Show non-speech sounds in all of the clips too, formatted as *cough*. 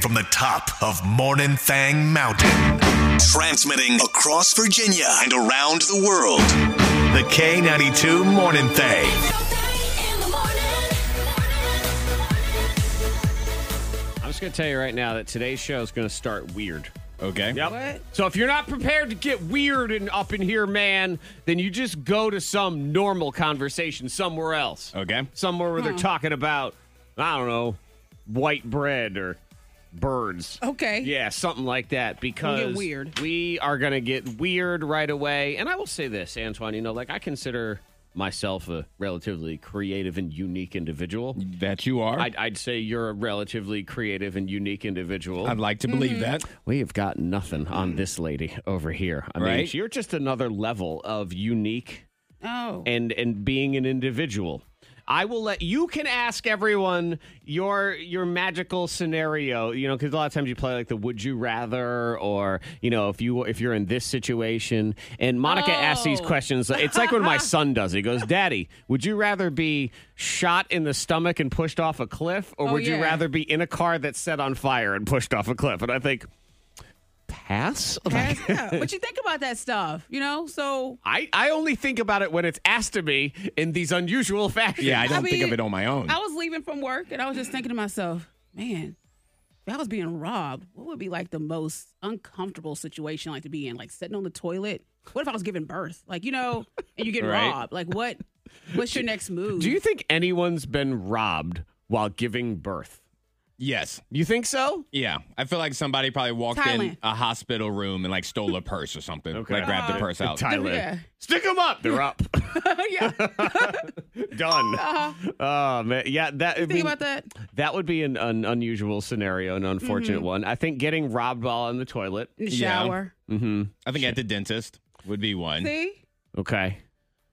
from the top of Morning Thang Mountain, transmitting across Virginia and around the world. The K92 Morning Thang. I'm just going to tell you right now that today's show is going to start weird. Okay. Yep. So if you're not prepared to get weird and up in here, man, then you just go to some normal conversation somewhere else. Okay. Somewhere where Hmm. they're talking about, I don't know, white bread or birds. Okay. Yeah, something like that. Because weird. we are going to get weird right away. And I will say this, Antoine, you know, like I consider myself a relatively creative and unique individual. That you are. I'd, I'd say you're a relatively creative and unique individual. I'd like to believe that. We have got nothing on this lady over here. I mean, Right. you're just another level of unique Oh. and and being an individual. I will let you can ask everyone your your magical scenario, you know, because a lot of times you play like the would you rather, or you know, if you if you're in this situation. And Monica asks these Oh. questions. It's like when my *laughs* son does. it. He goes, "Daddy, would you rather be shot in the stomach and pushed off a cliff, or Oh, would you yeah. rather be in a car that's set on fire and pushed off a cliff?" And I think, pass. *laughs* Like- That's- yeah. What you think about that stuff? You know, so I, I only think about it when it's asked to me in these unusual *laughs* fashions. Yeah, I I don't think of mean, it on my own. I was leaving from work and I was just thinking to myself, man, if I was being robbed, what would be like the most uncomfortable situation like to be in? Like sitting on the toilet? What if I was giving birth? Like, you know, and you get Right. robbed. Like what what's your next move? Do you think anyone's been robbed while giving birth? yes. You think so? Yeah. I feel like somebody probably walked Thailand. in a hospital room and like stole a purse or something. Okay. Like grabbed Uh-huh. the purse out. Thailand. Yeah. Stick them up. They're *laughs* up. *laughs* yeah. Done. Oh man, yeah. That I Think mean, about that. that would be an, an unusual scenario, an unfortunate one. I think getting robbed while in the toilet. Mm-hmm. In the Yeah. shower. I think at the dentist would be one. See? Okay.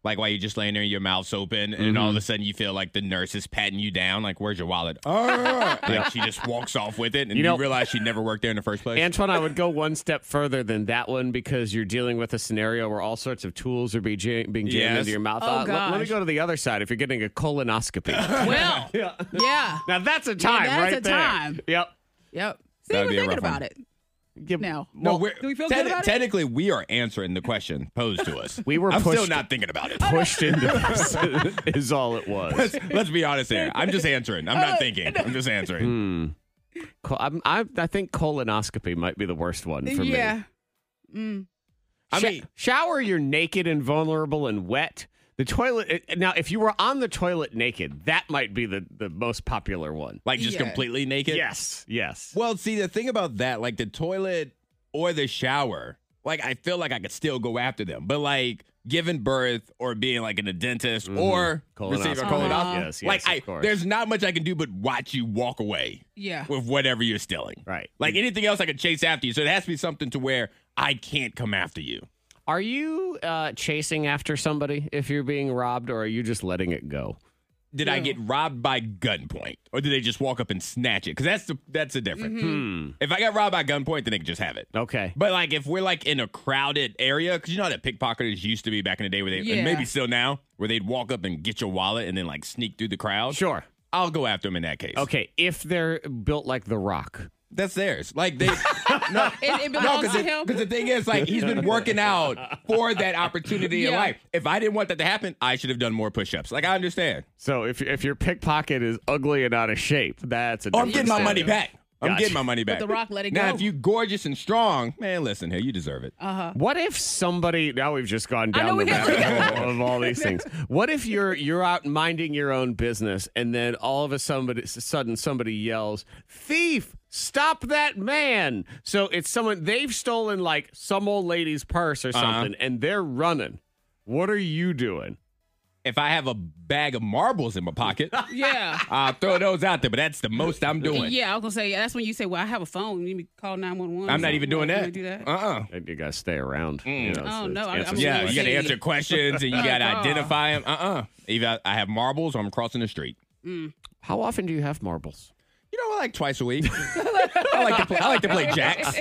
Like while you're just laying there, your mouth's open, and all of a sudden you feel like the nurse is patting you down. Like, where's your *laughs* wallet? Oh, like she just walks off with it, and You you, know- realize she never worked there in the first place. Antoine, I would go one step further than that one because you're dealing with a scenario where all sorts of tools are be jam- being jammed Yes. into your mouth. Oh, Uh, let, let me gosh. go to the other side. If you're getting a *laughs* colonoscopy, Well. *laughs* yeah. now that's a time that's right a there. time. Yep. Yep. See, That'd we're be a thinking rough one. about it Yep. now. no, we're, do we feel te- good about it? technically we are answering the question posed to *laughs* us. We were I'm still pushed- not thinking *laughs* about Oh, it. pushed into this is all it was. *laughs* let's, let's be honest here. I'm just answering. I'm Oh, not thinking. I'm just answering. Hmm. Co- I'm, I, I think colonoscopy might be the worst one for yeah. me. I Sho- mean, shower, you're naked and vulnerable and wet. The toilet. it- Now, if you were on the toilet naked, that might be the, the most popular one. like just Yeah. completely naked. Yes, yes. Well, see, the thing about that, like the toilet or the shower, like I feel like I could still go after them, but like giving birth or being like in a dentist or receiving a Mm-hmm. Colonoscopy. colonoscopy, Yes, yes, like of I, course. there's not much I can do but watch you walk away Yeah. with whatever you're stealing. Right. Like anything else, I could chase after you. So it has to be something to where I can't come after you. Are you uh, chasing after somebody if you're being robbed, or are you just letting it go? Did I get robbed by gunpoint, or did they just walk up and snatch it? Because that's the that's the difference. Hmm. If I got robbed by gunpoint, then they could just have it. Okay. But like if we're like in a crowded area, because you know how that pickpocketers used to be back in the day, where they Yeah. and maybe still now, where they'd walk up and get your wallet and then like sneak through the crowd. Sure. I'll go after them in that case. Okay. If they're built like the Rock. that's theirs. *laughs* Like they no. It, it No, belongs because to him. the thing is, like, he's been working out for that opportunity in Yeah. life. If I didn't want that to happen, I should have done more push-ups. Like, I understand. So if if your pickpocket is ugly and out of shape, that's a. Oh, I'm different getting my story. money back. I'm Gotcha. getting my money back. The Rock let it now, go. if you gorgeous and strong, man, listen here, you deserve it. What if somebody now we've just gone I down know the we have- rabbit hole of all these *laughs* things. What if you're you're out minding your own business and then all of a somebody sudden somebody yells, "Thief! Stop that man!" So it's someone they've stolen like some old lady's purse Uh-huh. or something, and they're running. What are you doing? if I have a bag of marbles in my pocket, *laughs* yeah. I'll throw those out there, but that's the most I'm doing. Yeah, I was gonna say that's when you say, "Well, I have a phone. You need to call nine one one." I'm not even doing that. Do that. Uh-uh. And you gotta stay around. you know, Oh, it's- no, it's I'm- answer I'm- Hmm. Yeah, questions. you got to Yeah. answer *laughs* questions and you got to identify them. Uh-uh. Either I have marbles or I'm crossing the street. How often do you have marbles? You know, I like twice *laughs* a week. I like to play, I like to play jacks.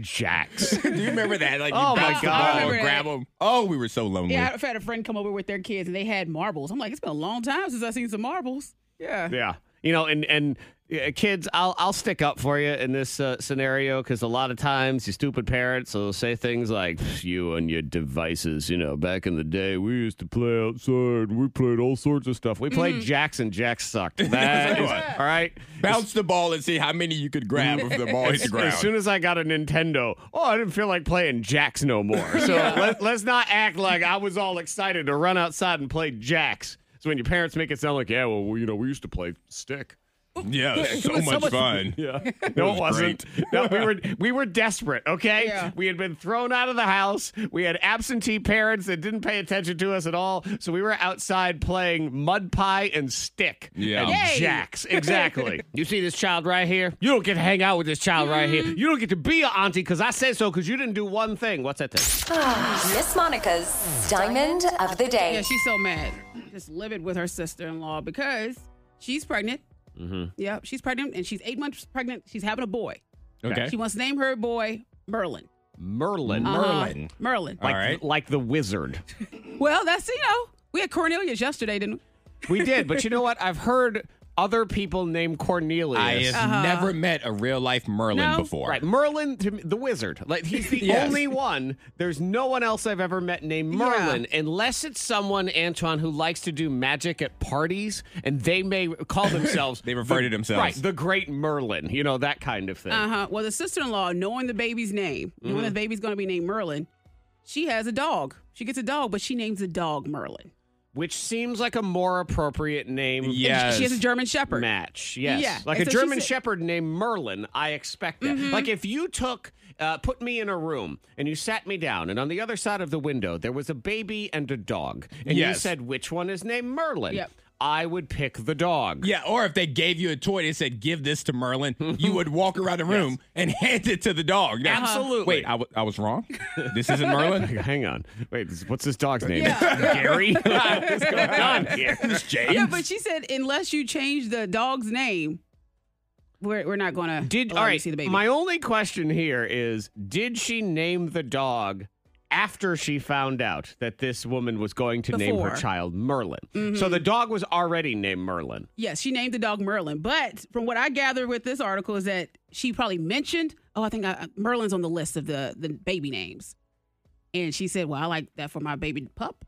Jacks. Do you remember that? Like, you Oh, my bounce the God. ball I and remember grab them. Oh, we were so lonely. Yeah, I've had a friend come over with their kids, and they had marbles. I'm like, it's been a long time since I've seen some marbles. Yeah. Yeah. you know, and and yeah, kids, I'll I'll stick up for you in this uh, scenario because a lot of times you stupid parents will say things like "Pff, "you and your devices." You know, back in the day, we used to play outside. We played all sorts of stuff. We Mm-hmm. played jacks and jacks *laughs* sucked. That is, all right. Bounce the ball and see how many you could grab if the ball hits the ground. As soon as I got a Nintendo, oh, I didn't feel like playing jacks no *laughs* more. So let, let's not act like I was all excited to run outside and play jacks. So when your parents make it sound like, yeah, well, you know, we used to play stick. yeah, so, was so much much- *laughs* fun. Yeah. No, it, was was not No, we were we were desperate, okay? Yeah. We had been thrown out of the house. We had absentee parents that didn't pay attention to us at all. So we were outside playing mud pie and stick. Yeah. And Yay. jacks. Exactly. you see this child right here? You don't get to hang out with this child right here. You don't get to be an auntie because I said so because you didn't do one thing. What's that thing? Miss Monica's Diamond of the Yeah, Day. she's so mad. Just livid with her sister in law because she's pregnant. Mm-hmm. Yep, she's pregnant and she's eight months pregnant. She's having a boy. Okay. She wants to name her boy Merlin. Merlin. Uh-huh. Merlin. Merlin. All right. Like the wizard. Well, that's, you know, we had Cornelius yesterday, didn't we? We did, but you know what? I've heard other people name Cornelius. I have Uh-huh. never met a real life Merlin No. before. Right, Merlin, to me, the wizard. Like he's the *laughs* Yes. only one. There's no one else I've ever met named Merlin, unless it's someone Antoine who likes to do magic at parties, and they may *laughs* call themselves. They refer to themselves. Right, the Great Merlin. You know that kind of thing. Uh huh. Well, the sister in law, knowing the baby's name, knowing Mm-hmm. the baby's going to be named Merlin, she has a dog. She gets a dog, but she names the dog Merlin. Which seems like a more appropriate name. Yeah. And she- She has a Yes. German Shepherd. match. Yes. Yeah, Like and a so she German said- Mm-hmm. Shepherd named Merlin, I expect that. Like if you took, uh, put me in a room and you sat me down, and on the other side of the window there was a baby and a dog, and you Yes. said, which one is named Merlin? Yep. I would pick the dog. Yeah, or if they gave you a toy and said, give this to Merlin, you would walk around *laughs* the room and *laughs* hand it to the dog. Now, Absolutely. Wait, I, w- I was wrong? This *laughs* isn't Merlin? *laughs* Hang on. Wait, this- what's this dog's name? Yeah. *laughs* Gary? What's going on here? This is James. Yeah, but she said, unless you change the dog's name, we're, we're not going to Did allow all you to right. see the baby. My only question here is: Did she name the dog after she found out that this woman was going to name her Before. Mm-hmm. child Merlin? So the dog was already named Merlin. Yes, she named the dog Merlin. But from what I gathered with this article is that she probably mentioned, oh, I think I, Merlin's on the list of the, the baby names. And she said, well, I like that for my baby pup.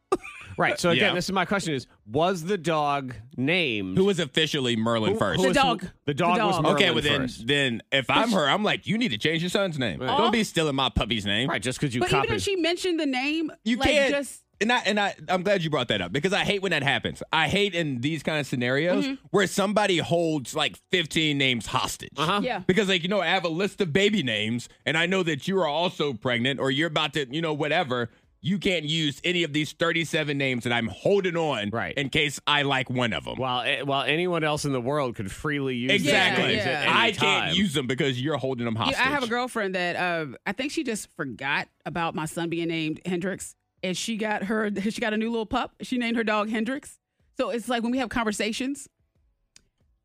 Right. So again, Uh, Yeah. this is my question: Is was the dog named? Who was officially Merlin first? who was- dog. The dog, The was dog. Merlin okay, well, then, first. Oh. then if I'm her, I'm like, you need to change your son's name. Don't be stealing my puppy's name. Right, just because you But copied. even if she mentioned the name, You like, can't. just and I and I I'm glad you brought that up because I hate when that happens. I hate in these kind of scenarios Mm-hmm. where somebody holds like 15 names hostage. Uh-huh. Yeah. Because like you know I have a list of baby names and I know that you are also pregnant or you're about to you know whatever. You can't use any of these 37 names that I'm holding on Right. in case I like one of them. while eh, while anyone else in the world could freely use these Exactly. names at Yeah. any I time. can't use them because you're holding them Yeah, hostage. I have a girlfriend that uh, I think she just forgot about my son being named Hendrix, and she got her she got a new little pup. She named her dog Hendrix. So it's like when we have conversations,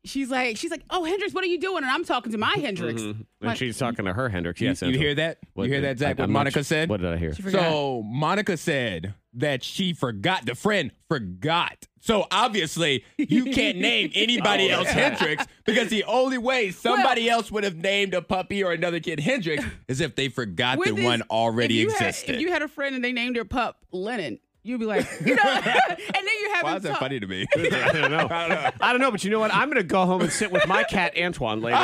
she's like she's like, "Oh Hendrix, what are you doing?" And I'm talking to my Mm-hmm. Hendrix. Mm-hmm. And Like, she's talking to her Hendrix. You- Yes, you Angela. hear that? You hear that, Zach, I- what I'm not Monica su- said? What did I hear? she forgot. So Monica said that she forgot. The friend forgot. So obviously, you *laughs* can't name anybody Oh, else yeah. Hendrix because the only way somebody else would have named a puppy or another kid Hendrix is if they forgot with that this- one already if you had- existed. if you had a friend and they named their pup Lennon, you'd be like, *laughs* you know, *laughs* and then you have Why is that funny *laughs* to me? I don't know. I don't know, but you know what? I'm going to go home and sit with my cat Antoine later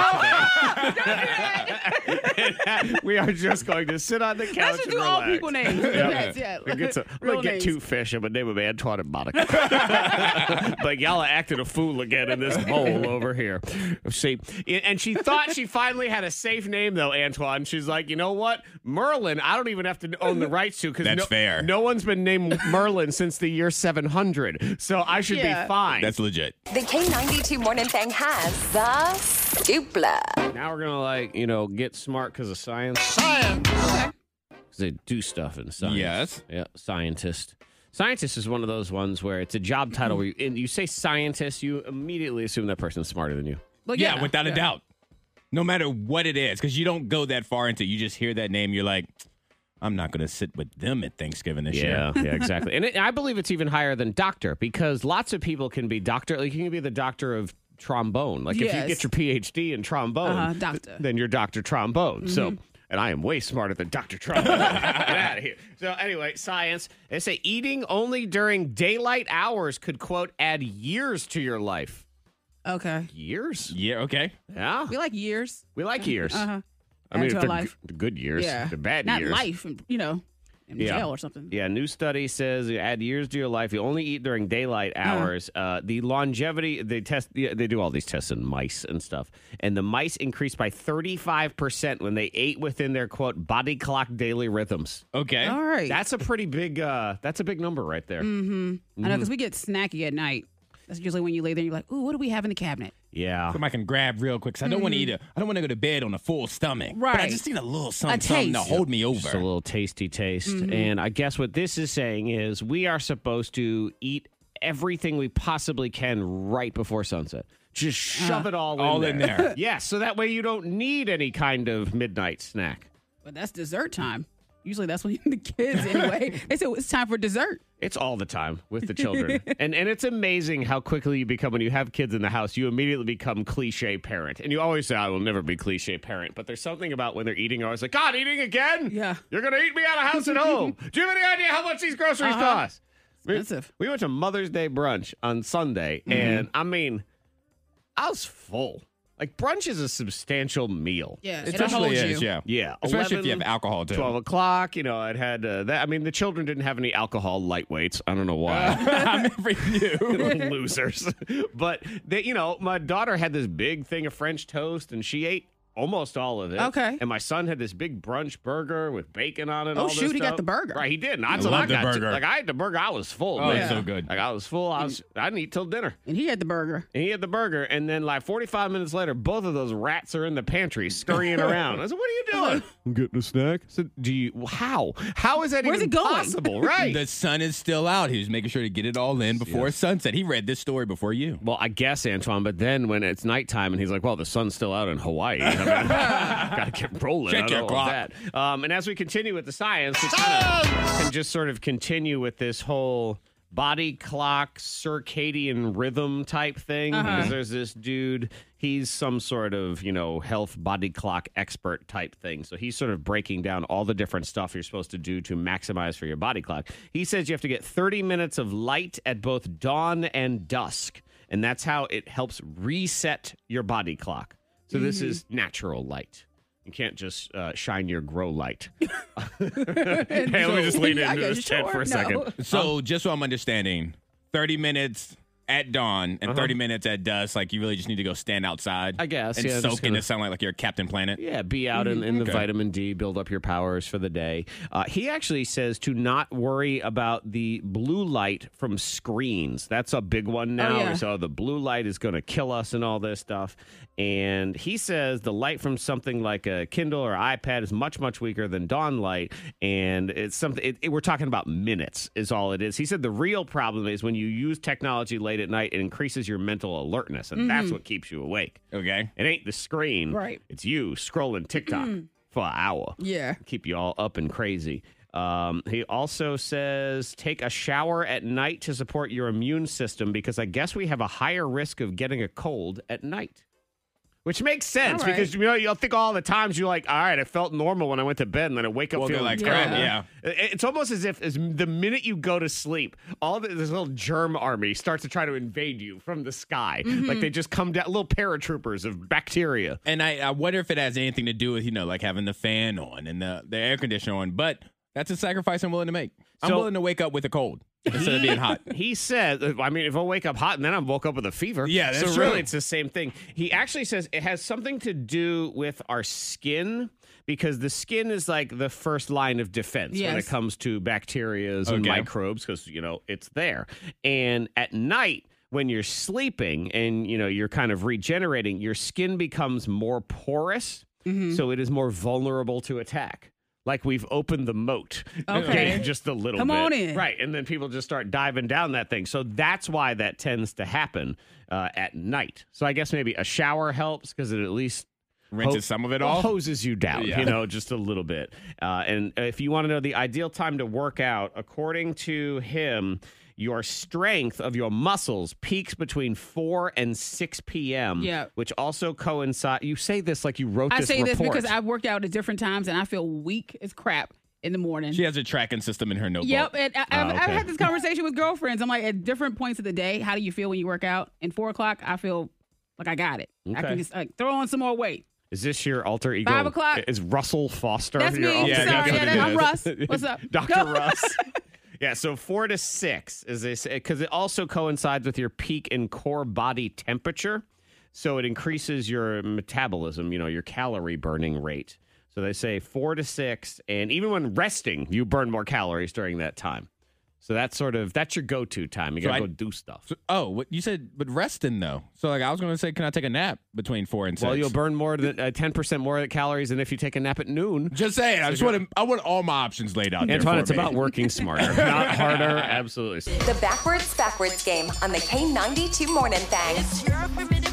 today. *laughs* we are just going to sit on the couch. Let's just and do all relax. people *laughs* names. That's- yeah. I'm gonna get, some- I'm Real gonna get names. two fish. I'm gonna name them Antoine and Monica. *laughs* but y'all are acting a fool again in this bowl over here. See, and she thought she finally had a safe name though. Antoine. She's like, you know what, Merlin. I don't even have to own the rights to because That's no, fair. No one's been named Merlin since the year 700, so I should Yeah. be fine. That's legit. The K92 Morning Thing has the Scoopla. Now we're gonna like you know get smart because of science. Science. They do stuff in science. Yes. Yeah. Scientist. Scientist is one of those ones where it's a job title where you, and you say scientist, you immediately assume that person's smarter than you. Well, yeah, without a doubt. No matter what it is, because you don't go that far into. it. You just hear that name, you're like, I'm not going to sit with them at Thanksgiving *laughs* this year. Yeah, yeah, exactly. And it, I believe it's even higher than doctor because lots of people can be doctor. Like you can be the doctor of trombone. Like if you Yes. get your PhD in trombone, Uh-huh, doctor. Mm-hmm. then you're Doctor Trombone. So, and I am way smarter than Doctor Trombone. *laughs* Get out of here. So anyway, science. They say eating only during daylight hours could quote add years to your life. Okay. Years? Yeah, okay. Yeah, We like years. we like years. Uh-huh. I mean, Add to if our they're life. g- good years, Yeah. they're bad Not years. life, and, you know, in Yeah. jail or something. Yeah, new study says you add years to your life. You only eat during daylight hours. Uh, the longevity they test yeah, they do all these tests in mice and stuff, and the mice increased by thirty five percent when they ate within their quote body clock daily rhythms. Okay. All right. That's a pretty big. Uh, that's a big number right there. I mm. know because we get snacky at night. That's usually when you lay there and you're like, ooh, what do we have in the cabinet? Yeah. Something I can grab real quick. 'cause I don't want to eat a. I don't want to go to bed on a full stomach. But I Right. just need Mm-hmm. a little something, A something to taste. hold me over. Mm-hmm. Just a little tasty taste. And I guess what this is saying is we are supposed to eat everything we possibly can right before sunset. Just shove it all in Ah. all there. in there. *laughs* yeah, so that way you don't need any kind of midnight snack. But that's dessert time. Usually that's when *laughs* *laughs* the kids, anyway, they say, well, it's time for dessert. It's all the time with the *laughs* children. and and it's amazing how quickly you become when you have kids in the house, you immediately become cliche parent. And you always say, I will never be cliche parent. But there's something about when they're eating, I was like, God, eating again? Yeah. You're gonna eat me out of house and *laughs* home. Do you have any idea how much these groceries cost? We- Uh-huh. Expensive. Mm-hmm. We, went to Mother's Day brunch on Sunday, and I mean, I was full. Like brunch is a substantial meal. Yeah. It It'll hold definitely you. is, yeah. Yeah, Especially if you have 11, alcohol too. *laughs* 12 o'clock, you know, I'd had uh, that. I mean, the children didn't have any alcohol lightweights. I don't know *laughs* why. I'm never you. *laughs* Losers. But, they, you know, my daughter had this big thing of French toast and she ate almost all of it. Okay. And my son had this big brunch burger with bacon on it. Oh, all this shoot, he got stuff. the burger. Right, he did. And that's I what love the got burger. Too. Like, I had the burger. I was full. Oh, man. it's so good. Like, I was full. I, was, Mm. I didn't eat till dinner. And he had the burger. And he had the burger, and then like 45 minutes later, both of those rats are in the pantry *laughs* scurrying around. I said, "What are you doing?" I'm getting a snack. I said, "Do you? How? How is that Where's even it going? *laughs* possible?" Right. The sun is still out. He was making sure to get it all in before sunset. He read this story before you. well, I guess Antoine, but then when it's nighttime and he's like, "Well, the sun's still out in Hawaii. *laughs* I mean, *laughs* gotta get rolling." Check I don't your know clock. That. Um, and as we continue with the science, we kinda can just sort of continue with this whole body clock circadian rhythm type thing Uh-huh. because there's this dude he's some sort of you know health body clock expert type thing so he's sort of breaking down all the different stuff you're supposed to do to maximize for your body clock he says you have to get 30 minutes of light at both dawn and dusk and that's how it helps reset your body clock so Mm-hmm. this is natural light you can't just uh, shine your grow light *laughs* Hey, let me just lean I into guess, this tent sure, for a no. second. So just so I'm understanding, 30 minutes at dawn and 30 minutes at dusk. Like you really just need to go stand outside. Uh-huh. I guess, And yeah, just soak in gonna- the sunlight like you're Captain Planet. Yeah, be out in, in the vitamin D, build up your powers for the day. Uh, he actually says to not worry about the blue light from screens. That's a big one now. yeah. So the blue light is going to kill us and all this stuff. And he says the light from something like a Kindle or iPad is much much weaker than dawn light, and it's something. It, it- we're talking about minutes is all it is. He said the real problem is when you use technology late at night, it increases your mental alertness, and that's what keeps you awake. Okay. It ain't the screen. Right. It's you scrolling TikTok for an hour. Yeah. Keep you all up and crazy. Um, he also says take a shower at night to support your immune system because I guess we have a higher risk of getting a cold at night. Which makes sense All right. because you know you'll think all the times you're like, all right, I felt normal when I went to bed, and then I wake up Well, feeling like terrible. crap. Yeah. It- It's almost as if as the minute you go to sleep, all the, this little germ army starts to try to invade you from the sky. Mm-hmm. Like they just come down, little paratroopers of bacteria. And I, I wonder if it has anything to do with, you know, like having the fan on and the, the air conditioner on. But that's a sacrifice I'm willing to make. I'm So- willing to wake up with a cold instead of *laughs* being hot. He said, I mean, if I wake up hot and then I woke up with a fever. Yeah, that's so true. really it's the same thing. He actually says it has something to do with our skin because the skin is like the first line of defense when it Yes. comes to bacterias and Okay. microbes because, you know, it's there. And at night, when you're sleeping and you know you're kind of regenerating, your skin becomes more porous, Mm-hmm. so it is more vulnerable to attack. Like we've opened the moat, Okay. *laughs* just a little Come bit. on in. right? Right, and then people just start diving down that thing. So that's why that tends to happen uh, at night. So I guess maybe a shower helps because it at least Rinses ho- some of it well, off. hoses you down, Yeah. you know, just a little bit. Uh, and if you want to know the ideal time to work out, according to him, your strength of your muscles peaks between 4 and 6 p.m. Yeah. Which also coincide. You say this like you wrote I this say this report. because I've worked out at different times and I feel weak as crap in the morning. She has a tracking system in her notebook. Yep, and I, I've, Oh, I've okay. *laughs* had this conversation with girlfriends. I'm like, at different points of the day, how do you feel when you work out? And four o'clock, I feel like I got it. I Okay. can just like throw on some more weight. Is this your alter ego? Five o'clock. Is Russell Foster? That's your me. alter Yeah, ego? that's Sorry, what yeah, it I'm is. *laughs* Russ. What's up, Dr. Russ. *laughs* Yeah, so four to six is this because it also coincides with your peak in core body temperature. So it increases your metabolism, you know, your calorie burning rate. So they say four to six, and even when resting, you burn more calories during that time. So that's sort of that's your go-to time. You So gotta I- go do stuff. So- oh, what you said, but resting though. So like I was gonna say, can I take a nap between four and six? well, you'll burn more than uh, ten percent more calories than if you take a nap at noon. just saying. I just want to, I want all my options laid out. there Antoine, for it's me. about working smarter, not harder. Absolutely. The backwards, backwards game on the K92 Morning Thing.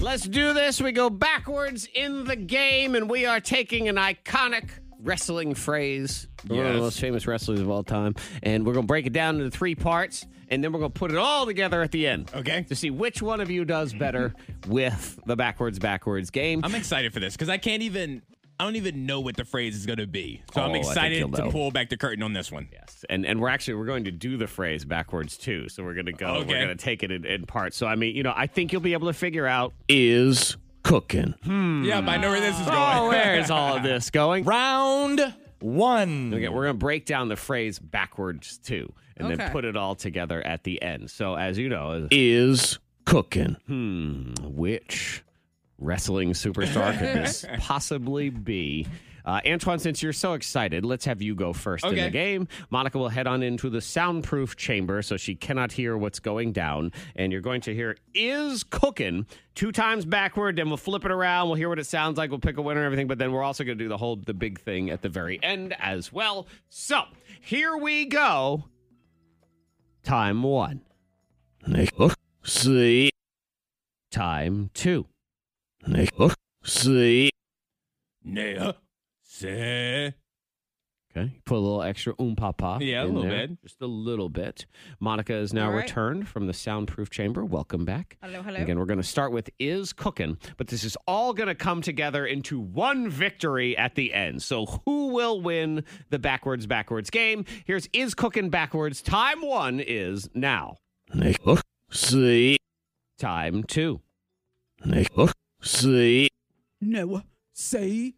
Let's do this. We go backwards in the game, and we are taking an iconic wrestling phrase, one of the Yes. most famous wrestlers of all time, and we're going to break it down into three parts, and then we're going to put it all together at the end. Okay. To see which one of you does better with the backwards, backwards game. I'm excited for this because I can't even. I don't even know what the phrase is going to be. Oh, So I I'm think you'll excited know. to pull back the curtain on this one. Yes, and and we're actually we're going to do the phrase backwards too. So we're going to go. We're Okay. going to take it in, in parts. So I mean, you know, I think you'll be able to figure out is cooking. Yeah, but I know where this is going. Oh, where is all of this going? *laughs* Round one. Okay, we're gonna break down the phrase backwards too, and then Okay. put it all together at the end. So, as you know, is cooking. Hmm, which wrestling superstar could this possibly be? Uh, Antoine, since you're so excited, let's have you go first in the Okay. game. Monica will head on into the soundproof chamber so she cannot hear what's going down. And you're going to hear is cooking two times backward. Then we'll flip it around. We'll hear what it sounds like. We'll pick a winner and everything. But then we're also going to do the whole, the big thing at the very end as well. So here we go. Time one. Nick see. Time two. Nick see. Nah, say. Okay, put a little extra um papa. Yeah, a in little there, bit. just a little bit. Monica is now All right. returned from the soundproof chamber. Welcome back. Hello, hello. Again, we're going to start with is cooking, but this is all going to come together into one victory at the end. So, who will win the backwards backwards game? Here's is cooking backwards. Time one is now. Nick Oh, see. Time two. Nick Oh, see. No, say.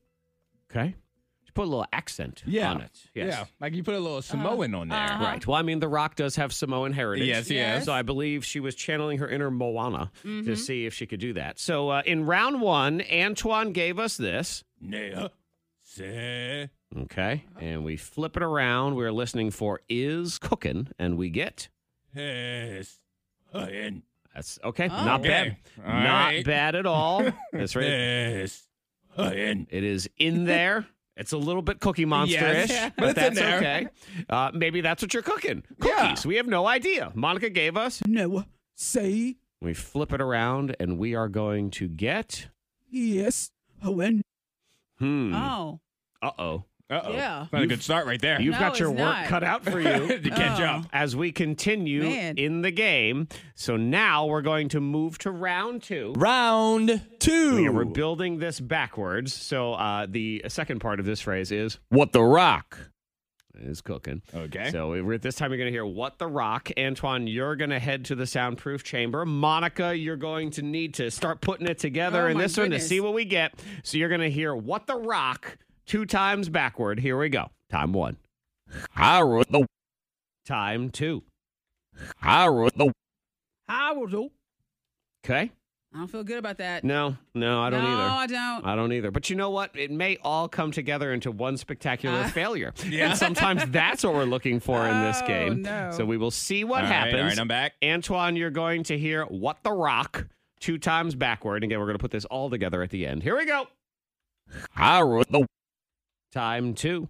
Okay, just put a little accent Yeah. on it. Yes. Yeah. Like you put a little Samoan on there. uh-huh. Right. Well, I mean, The Rock does have Samoan heritage. Yes, he Mm-hmm. Yes. is. So I believe she was channeling her inner Moana to see if she could do that. So uh, in round one, Antoine gave us this. Nah, say. Okay. And we flip it around. We're listening for is cooking, and we get. Yes. Hun. That's okay. Oh. Not bad. Okay. All Not right. bad at all. That's *laughs* right. Yes. Hun. It is in *laughs* there. It's a little bit cookie monster ish, Yes, but but it's in that's there. okay. Uh, maybe that's what you're cooking. Cookies. Yeah. We have no idea. Monica gave us No, say We flip it around and we are going to get. yes. When? Hmm. Oh, Uh oh. Uh-oh. Yeah. Not a good start right there. *laughs* You've No, got your it's work not. cut out for *laughs* you. to catch Oh. up. As we continue Man. in the game. So now we're going to move to round two. Round Yeah, We're two. building this backwards. So uh, the second part of this phrase is what the rock is cooking. Okay. So we- we're, this time you're going to hear what the rock. Antoine, you're going to head to the soundproof chamber. Monica, you're going to need to start putting it together Oh, in my this one to goodness. see what we get. So you're going to hear what the rock two times backward. Here we go. Time one. Hiro the time two. Hiro the I will do. okay. I don't feel good about that. No, no, I don't no, either. I don't. I don't either. But you know what? It may all come together into one spectacular failure. Uh, Yeah. And sometimes that's what we're looking for in this *laughs* Oh, game. no. So we will see what All right, happens. all right, I'm back. Antoine, you're going to hear What the Rock two times backward. Again, we're going to put this all together at the end. Here we go. the time two.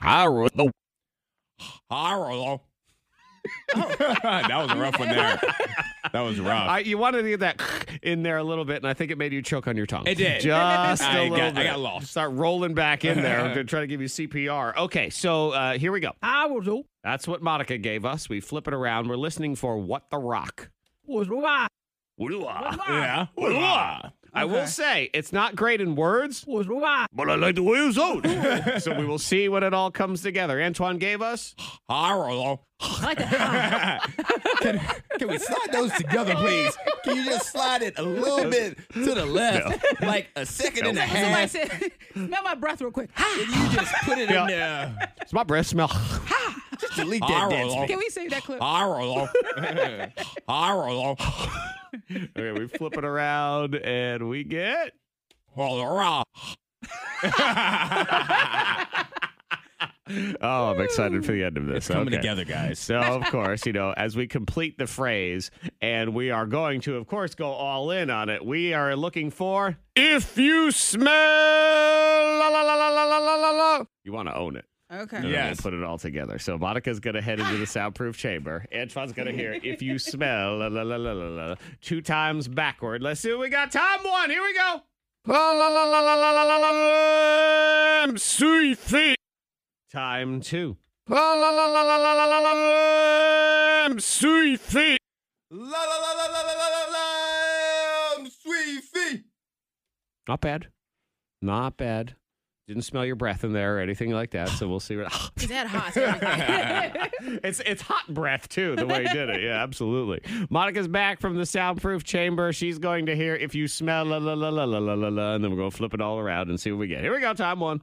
the *laughs* Horrible. that was a rough one there. That was rough. Oh. I, you wanted to get that *laughs* in there a little bit, and I think it made you choke on your tongue. It *laughs* did. Just I a little got- I bit. got lost. Start rolling back in *laughs* there to try to give you CPR. Okay, so uh, here we go. I was a That's what Monica gave us. We flip it around. We're listening for What the Rock. was a yeah. Ah. I will say it's not great in words, was a but I like the way it *laughs* sounds. so we will see when it all comes together. Antoine gave us Horrible. *laughs* can, can we slide those together, please? Can you just slide it a little bit to the left, like a second and a Somebody half? said, *laughs* smell my breath real quick. Can you just *laughs* put it in there? it's my breath smell. Just delete that dance. Can we save that Ah. clip? *laughs* Horrible. Horrible. *laughs* okay, we flip it around and we get Horrible. Oh, I'm excited for the end of this. It's coming Okay. together, guys. So, of course, you know, as we complete the phrase, and we are going to, of course, go all in on it, we are looking for if you smell. La, la, la, la, la, la, la, la, la. You want to own it. Okay. And then Yes. We'll put it all together. So Monica's going to head into the soundproof chamber. Antoine's going to hear if you smell la, la, la, la, la, la, two times backward. Let's see what we got. Time one. Here we go. La, la, la, la, la, la, la, la, la, la, um, sweet feet. Time two. La, la, la, la, la, la, la, la, la, la, um, sweet feet. La la la la la la la la. Sweet feet. Not bad. Not bad. Didn't smell your breath in there or anything like that. So we'll see what. *laughs* Is that hot? It's it's hot breath too, the way he did it. Yeah, absolutely. Monica's back from the soundproof chamber. She's going to hear if you smell la la la la la la la la, and then we're gonna flip it all around and see what we get. Here we go, time one.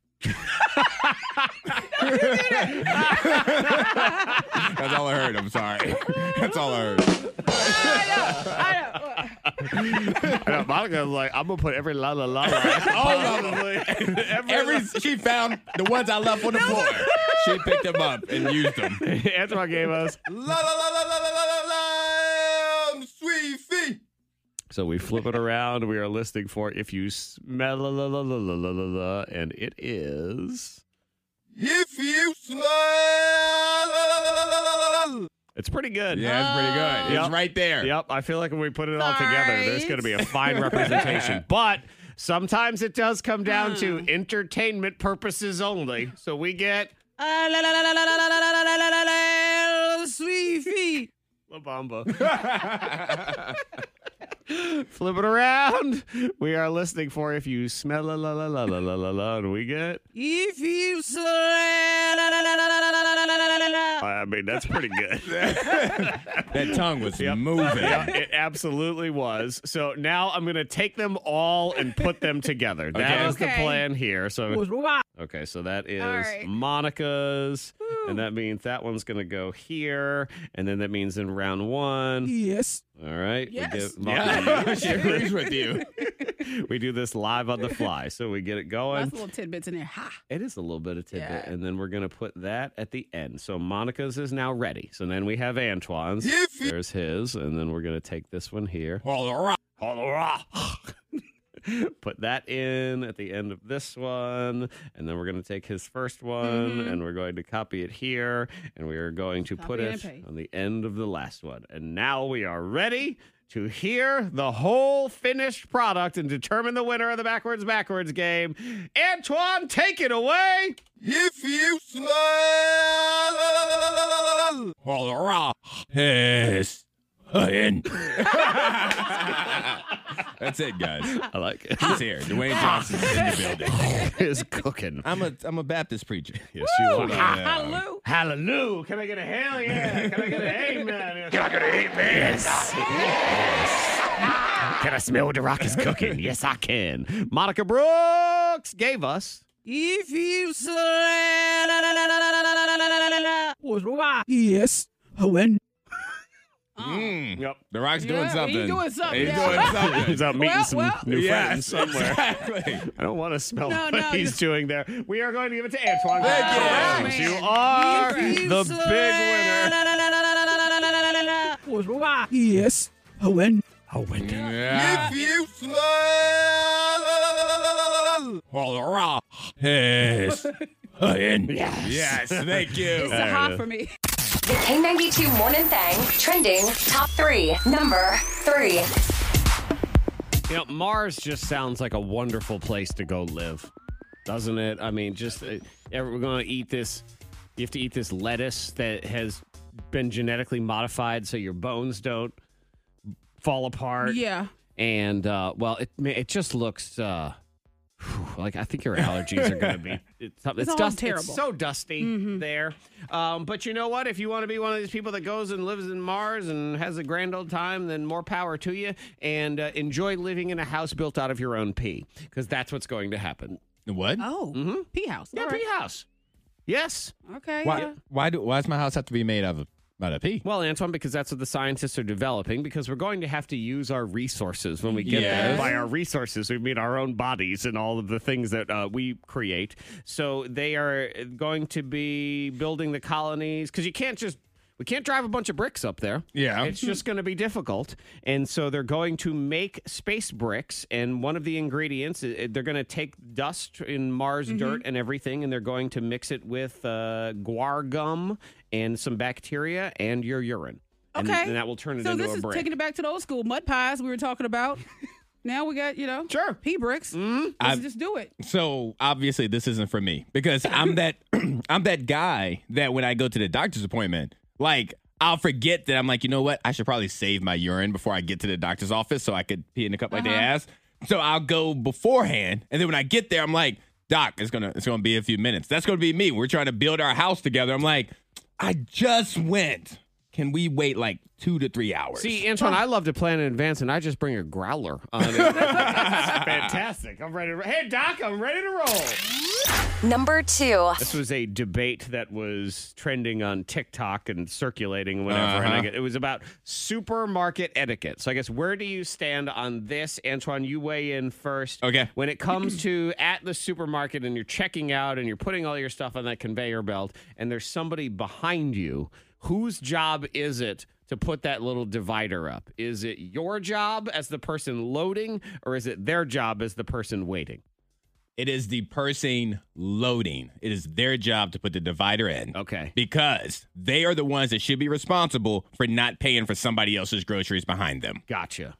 That's all I heard. I'm sorry. That's all I heard. I know. Yeah, Monica's like, I'm gonna put every la la *laughs* la. *laughs* Oh, *laughs* Every she found the ones I left *laughs* on the floor. She picked them up and used them. *laughs* Antoine gave us *laughs* La la la la la la la la la. Sweet feet. So we flip it around. We are listening for if you smell la la la la la la la la, and it is. If you smile. La, la, la, la, la, la. It's pretty good. Yeah, that's pretty good. Yep. It's right there. Yep. I feel like when we put it all Sorry. together, there's going to be a fine representation. but sometimes it does come down to entertainment purposes only. So we get Ah, la, la, la, la, la, la, la, la, la, la, la, la, la, la, sweet feet. La Bamba. flip it around. We are listening for if you smell la la la la la la la la, and we get. If you say, la, la, la, la, la, la, la, la, la, la, la, la. I mean, that's pretty good. That tongue was moving. Yeah, it absolutely was. So now I'm going to take them all and put them together. That Okay. is Okay. the plan here. So was a okay, so that is All right. Monica's, and that means that one's going to go here, and then that means in round one. yes. All right, Yes. we, give *laughs* Monica- Yeah. she agrees with you. we do this live on the fly, so we get it going. Lots of little tidbits in there. Ha. It is a little bit of tidbit, Yeah. and then we're going to put that at the end. So Monica's is now ready. So then we have Antoine's. If you- There's his, and then we're going to take this one here. *laughs* Put that in at the end of this one, and then we're going to take his first one, and we're going to copy it here, and we are going to put Mm-hmm. Copy it and paste. on the end of the last one. And now we are ready to hear the whole finished product and determine the winner of the backwards backwards game. Antoine, take it away. If you smile, yes, *laughs* in. That's it, guys. I like it. *laughs* He's here. Dwayne Johnson's in *laughs* the building. is cooking. I'm a I'm a Baptist *laughs* preacher. Yes, you are. Hallelujah. Hallelujah. Can I get a hell yeah? Can I get an *laughs* amen? Can I get an amen? Can I smell what the rock *laughs* is cooking? yes, I can. Monica Brooks gave us. If you say, la, la, la, la, la, la, la, la, la, la, la, la. Was a yes. When Yep. Mm. The Rock's doing Yeah, something. he's doing something. He's Yeah. doing something. *laughs* He's out meeting Well, some well. new friends Yes, somewhere. Exactly. *laughs* I don't want to smell No, what no, he's just- doing there. We are going to give it to Antoine. Thank you. Brooks. Oh, man. You are If you the say, big winner. la, la, la, la, la, la, la, la, la, la, la, la, la. Yes, Owen. If you smell yes. *laughs* yes. Yes, thank It's you. a hot for me. The K92 Morning Thang trending top three. Number three. You know, Mars just sounds like a wonderful place to go live, doesn't it? I mean, just uh, we're going to eat this. You have to eat this lettuce that has been genetically modified so your bones don't fall apart. Yeah. And uh, well, it ma- it just looks uh, phew, like I think your allergies are going to be it's, it's, all dust- terrible. Mm-hmm. It's so dusty there. Um, but you know what? If you want to be one of these people that goes and lives in Mars and has a grand old time, then more power to you. And uh, enjoy living in a house built out of your own pee, because that's what's going to happen. What? Oh, Mm-hmm. pee house. Yeah, All right. pee house. Yes. Okay. Why, yeah. why do why does my house have to be made out of out of pee? Well, Antoine, because that's what the scientists are developing, because we're going to have to use our resources when we get there. Yes. By our resources, we mean our own bodies and all of the things that uh, we create. So they are going to be building the colonies, because you can't just. We can't drive a bunch of bricks up there. Yeah. It's just going to be difficult. And so they're going to make space bricks. And one of the ingredients, i- they're going to take dust in Mars Mm-hmm. dirt and everything, and they're going to mix it with uh, guar gum and some bacteria and your urine. And, Okay. And that will turn it So into this a is brick. taking it back to the old school mud pies we were talking *laughs* about. now we got you know Sure. pee bricks. Mm-hmm. Let's I've- just do it. So obviously this isn't for me because I'm that *clears throat* I'm that guy that when I go to the doctor's appointment, like I'll forget that I'm like, you know what? I should probably save my urine before I get to the doctor's office so I could pee in a cup like they asked. So I'll go beforehand, and then when I get there, I'm like, Doc, it's gonna it's gonna be a few minutes. That's gonna be me. We're trying to build our house together. I'm like, I just went. Can we wait like two to three hours? See, Antoine, I love to plan in advance, and I just bring a growler *laughs* on it. Fantastic. I'm ready to Hey, Doc, I'm ready to roll. Number two. This was a debate that was trending on TikTok and circulating whenever. And I Uh-huh. get, it was about supermarket etiquette. So I guess where do you stand on this, Antoine? You weigh in first. Okay. When it comes to at the supermarket and you're checking out and you're putting all your stuff on that conveyor belt, and there's somebody behind you, whose job is it? To put that little divider up? Is it your job as the person loading, or is it their job as the person waiting? It is the person loading. It is their job to put the divider in. Okay. Because they are the ones that should be responsible for not paying for somebody else's groceries behind them. Gotcha.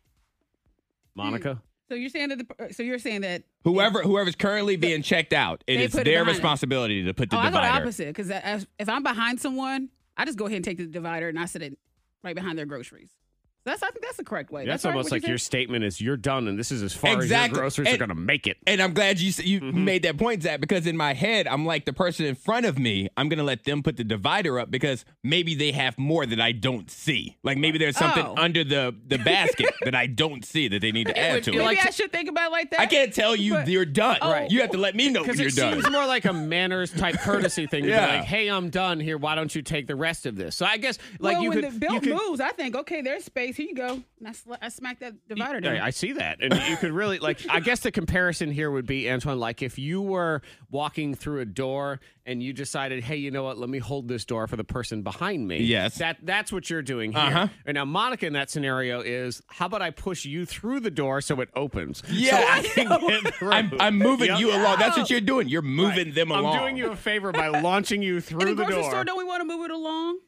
Monica? So you're saying that the, uh, so you're saying that Whoever whoever's currently being checked out, it They is put it their behind them. responsibility to put the oh I go the divider. opposite because if, if I'm behind someone I just go ahead and take the divider and I sit it right behind their groceries. So that's I think that's the correct way. That's right, almost what like you your said? statement is you're done, and this is as far as Exactly. your groceries are And- going to make it. And I'm glad you s- you Mm-hmm. made that point, Zach, because in my head, I'm like the person in front of me. I'm gonna let them put the divider up because maybe they have more that I don't see. Like maybe there's something Oh. under the *laughs* the basket that I don't see that they need to add to Maybe it. I should think about it like that. I can't tell you But- Oh. you're done. Right. You have to let me know when Because you're it done. seems more like a manners type courtesy thing. *laughs* You're Yeah. like, hey, I'm done here. Why don't you take the rest of this? So I guess like well, you when could. the belt you could moves, I think okay, there's space. Here you go. And I, sla- I smack that divider down. Hey, I see that. And you could really, like, I guess the comparison here would be, Antoine, like if you were walking through a door and you decided, hey, you know what, let me hold this door for the person behind me. Yes. That, that's what you're doing here. Uh-huh. And now, Monica, in that scenario, is how about I push you through the door so it opens? Yeah, So I I *laughs* can get through. I'm, I'm moving Yep. you along. That's what you're doing. You're moving them along. I'm doing you a favor *laughs* by launching you through In the the grocery door. store, don't we want to move it along?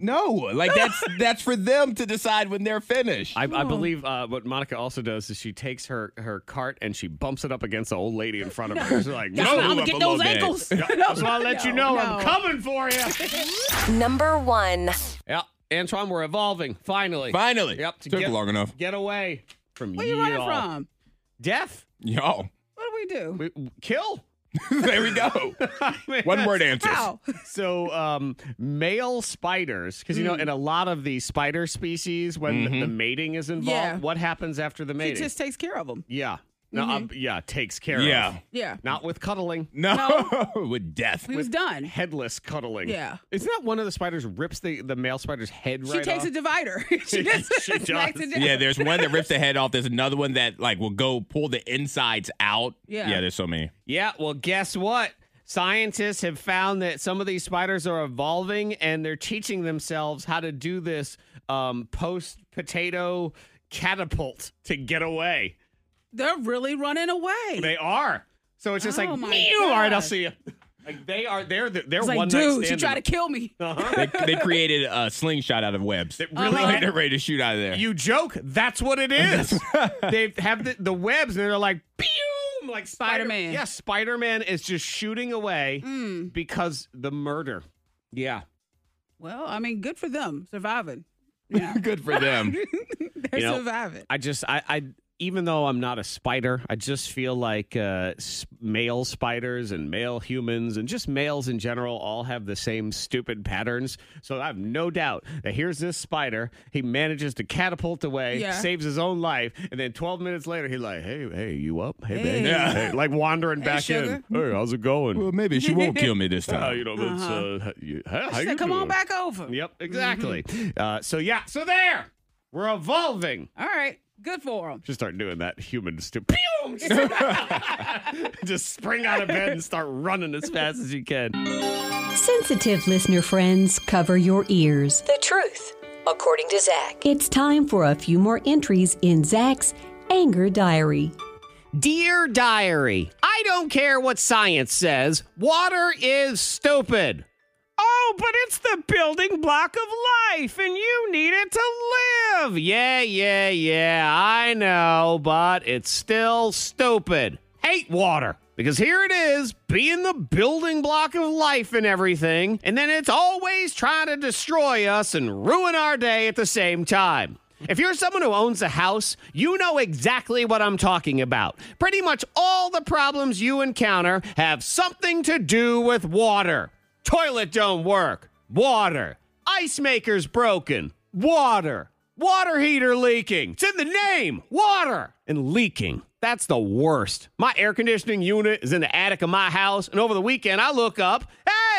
No, like *laughs* that's that's for them to decide when they're finished. I, I believe uh, what Monica also does is she takes her, her cart and she bumps it up against the old lady in front of her. She's *laughs* like, That's no, why I'm move gonna up get a those little bit. ankles. *laughs* that's why I let you know I'm no. coming for *laughs* you. Number one. yeah, Antoine, we're evolving finally. Finally, Yep, to took get- long enough. Get away from Where you y'all. running from? Death. Yo, What do we do? *laughs* We, kill. *laughs* there we *laughs* go. I mean, One word answers. How? *laughs* So, um, male spiders, because you know, Mm. in a lot of the spider species, when Mm-hmm. the, the mating is involved, Yeah. what happens after the She mating? just Mm-hmm. takes care of them. Yeah. No, um, yeah, takes care of. Yeah. Yeah. Not with cuddling. No, *laughs* with death. He *laughs* was done. Headless cuddling. Yeah. Isn't that one of the spiders rips the, the male spider's head She right takes a off? divider. *laughs* she just *laughs* She smacks does. it down. Yeah, there's one that rips the head off. There's another one that like will go pull the insides out. *laughs* Yeah. yeah. There's so many. yeah, well, guess what? Scientists have found that some of these spiders are evolving and they're teaching themselves how to do this um, post potato catapult to get away. They're really running away. They are. So it's just Oh like, my "Meow, all right, I'll gosh. see you. Like they are, they're the- they're it's one like, night dude, she standing. tried to *laughs* kill me. Uh-huh. They, they created a slingshot out of webs. It really- *laughs* Like, they're ready to shoot out of there. You joke. That's what it is. they have the, the webs, and they're like, boom, like Spider- Spider-Man. Yeah, Spider Man is just shooting away Mm. because the murder. Yeah, Well, I mean, good for them *laughs* surviving. You know, Good for them. they're You know, surviving. I just, I, I, even though I'm not a spider, I just feel like uh, s- male spiders and male humans and just males in general all have the same stupid patterns. So I have no doubt that here's this spider. He manages to catapult away, Yeah. saves his own life, and then 12 minutes later, he's like, hey, hey, you up? Hey, babe. Hey. Yeah. *laughs* Hey, like wandering back sugar. in. Hey, how's it going? well, maybe she won't kill me *laughs* this Uh, time. you know, it's, uh, you- huh, how Uh-huh. She you said, come on doing?" back Mm-hmm. over. Yep, exactly. Uh, so, yeah, so there. We're evolving. All right. Good for them. Just start doing that human stupid. *laughs* Just spring out of bed and start running as fast as you can. Sensitive listener friends, cover your ears. The truth, according to Zach. It's time for a few more entries in Zach's anger diary. Dear Diary, I don't care what science says, water is stupid. Oh, but it's the building block of life and you need it to live. Yeah, yeah, yeah, I know, but it's still stupid. Hate water. Because here it is, being the building block of life and everything, and then it's always trying to destroy us and ruin our day at the same time. If you're someone who owns a house, you know exactly what I'm talking about. Pretty much all the problems you encounter have something to do with water. Toilet don't work. Water. Ice maker's broken. Water. Water heater leaking. It's in the name. Water. And leaking. That's the worst. My air conditioning unit is in the attic of my house, and over the weekend I look up,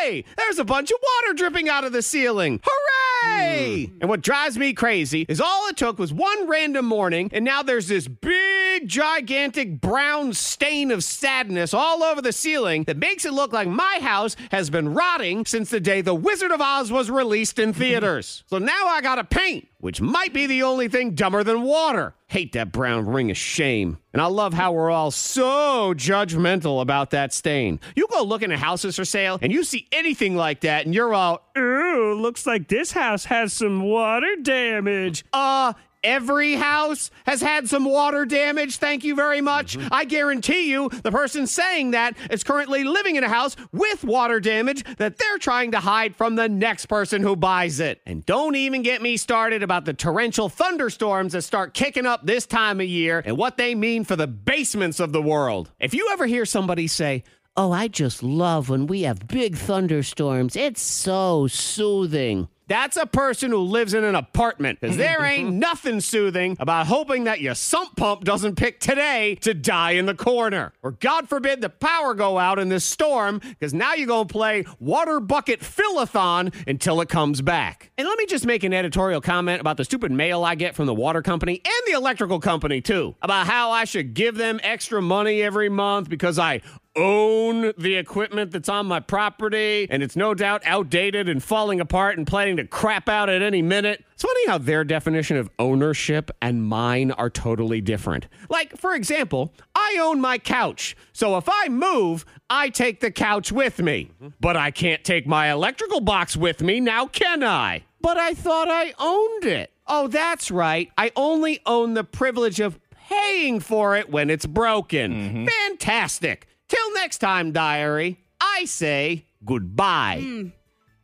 hey, there's a bunch of water dripping out of the ceiling. Hooray! Mm. And what drives me crazy is all it took was one random morning, and now there's this big, gigantic brown stain of sadness all over the ceiling that makes it look like my house has been rotting since the day The Wizard of Oz was released in theaters. so now I gotta paint, which might be the only thing dumber than water. Hate that brown ring of shame. And I love how we're all so judgmental about that stain. You go looking at houses for sale and you see anything like that, and you're all, ooh, looks like this house has some water damage. Uh, Every house has had some water damage. Thank you very much. I guarantee you the person saying that is currently living in a house with water damage that they're trying to hide from the next person who buys it. And don't even get me started about the torrential thunderstorms that start kicking up this time of year and what they mean for the basements of the world. If you ever hear somebody say, Oh, I just love when we have big thunderstorms. It's so soothing. That's a person who lives in an apartment because *laughs* there ain't nothing soothing about hoping that your sump pump doesn't pick today to die in the corner. Or God forbid the power go out in this storm because now you're going to play water bucket fill-a-thon until it comes back. And let me just make an editorial comment about the stupid mail I get from the water company and the electrical company too about how I should give them extra money every month because I own the equipment that's on my property and it's no doubt outdated and falling apart and planning to crap out at any minute. It's funny how their definition of ownership and mine are totally different. Like, for example, I own my couch. So if I move, I take the couch with me. But I can't take my electrical box with me, now can I? But I thought I owned it. Oh, that's right. I only own the privilege of paying for it when it's broken. Mm-hmm. Fantastic. Till next time, diary, I say goodbye. Hmm.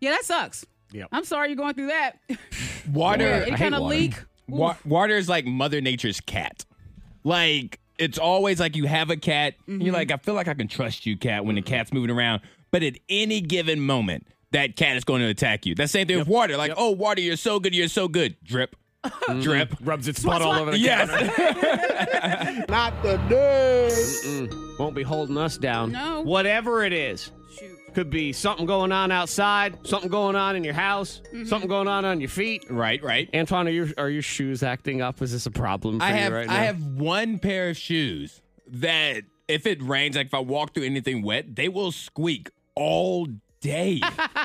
Yeah, that sucks. Yep. I'm sorry you're going through that. *laughs* Water. it kind of leak. *laughs* Wa- water is like Mother Nature's cat. Like it's always like you have a cat. and Mm-hmm. You're like, I feel like I can trust you, cat, when the cat's moving around. But at any given moment, that cat is going to attack you. That same thing with water. Like, oh, water, you're so good, you're so good. Drip, *laughs* drip. Rubs its spot all over the Yes. Won't be holding us down. No. Whatever it is. Shoot. Could be something going on outside, something going on in your house, Mm-hmm. something going on on your feet. *laughs* right, right. Antoine, are your are your shoes acting up? Is this a problem for I you have right now? I have one pair of shoes that if it rains, like if I walk through anything wet, they will squeak all *laughs* day.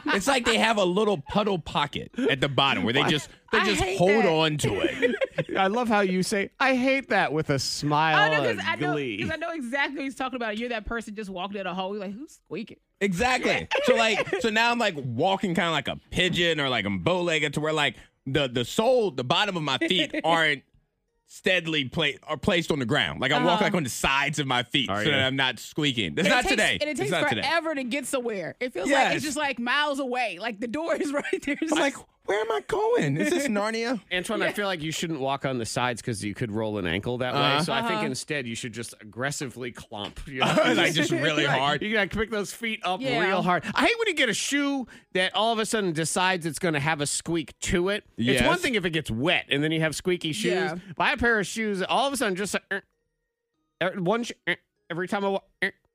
it's like they have a little puddle pocket at the bottom where they just they I just hate hold that. on to *laughs* it. *laughs* I love how you say, I hate that with a Oh smile no, and because I know, glee. 'cause I know exactly what he's talking about. You're that person just walking down a hallway like, who's squeaking? Exactly. So like, so now I'm like walking kind of like a pigeon or like I'm bow legged to where like the the sole, the bottom of *laughs* my feet aren't steadily placed are placed on the ground. Like I walk Uh-huh. like on the sides of my feet Are so you? that I'm not squeaking. That's And Oh, it not takes- today. And it it's takes not today. forever to get somewhere. It feels like Yes. it's just like miles away. Like the door is *laughs* right there. It's I'm like, where am I going? Is *laughs* this Narnia? *laughs* Antoine, I feel like you shouldn't walk on the sides because you could roll an ankle that Uh-huh. way. So I think instead you should just aggressively clump. *laughs* You know? *laughs* Like, just really Right. hard. You gotta pick those feet up Yeah. real hard. I hate when you get a shoe that all of a sudden decides it's gonna have a squeak to it. It's one Yes. thing if it gets wet and then you have squeaky shoes. Yeah. Buy a pair of shoes that all of a sudden just uh, uh, one sh- uh, every time I walk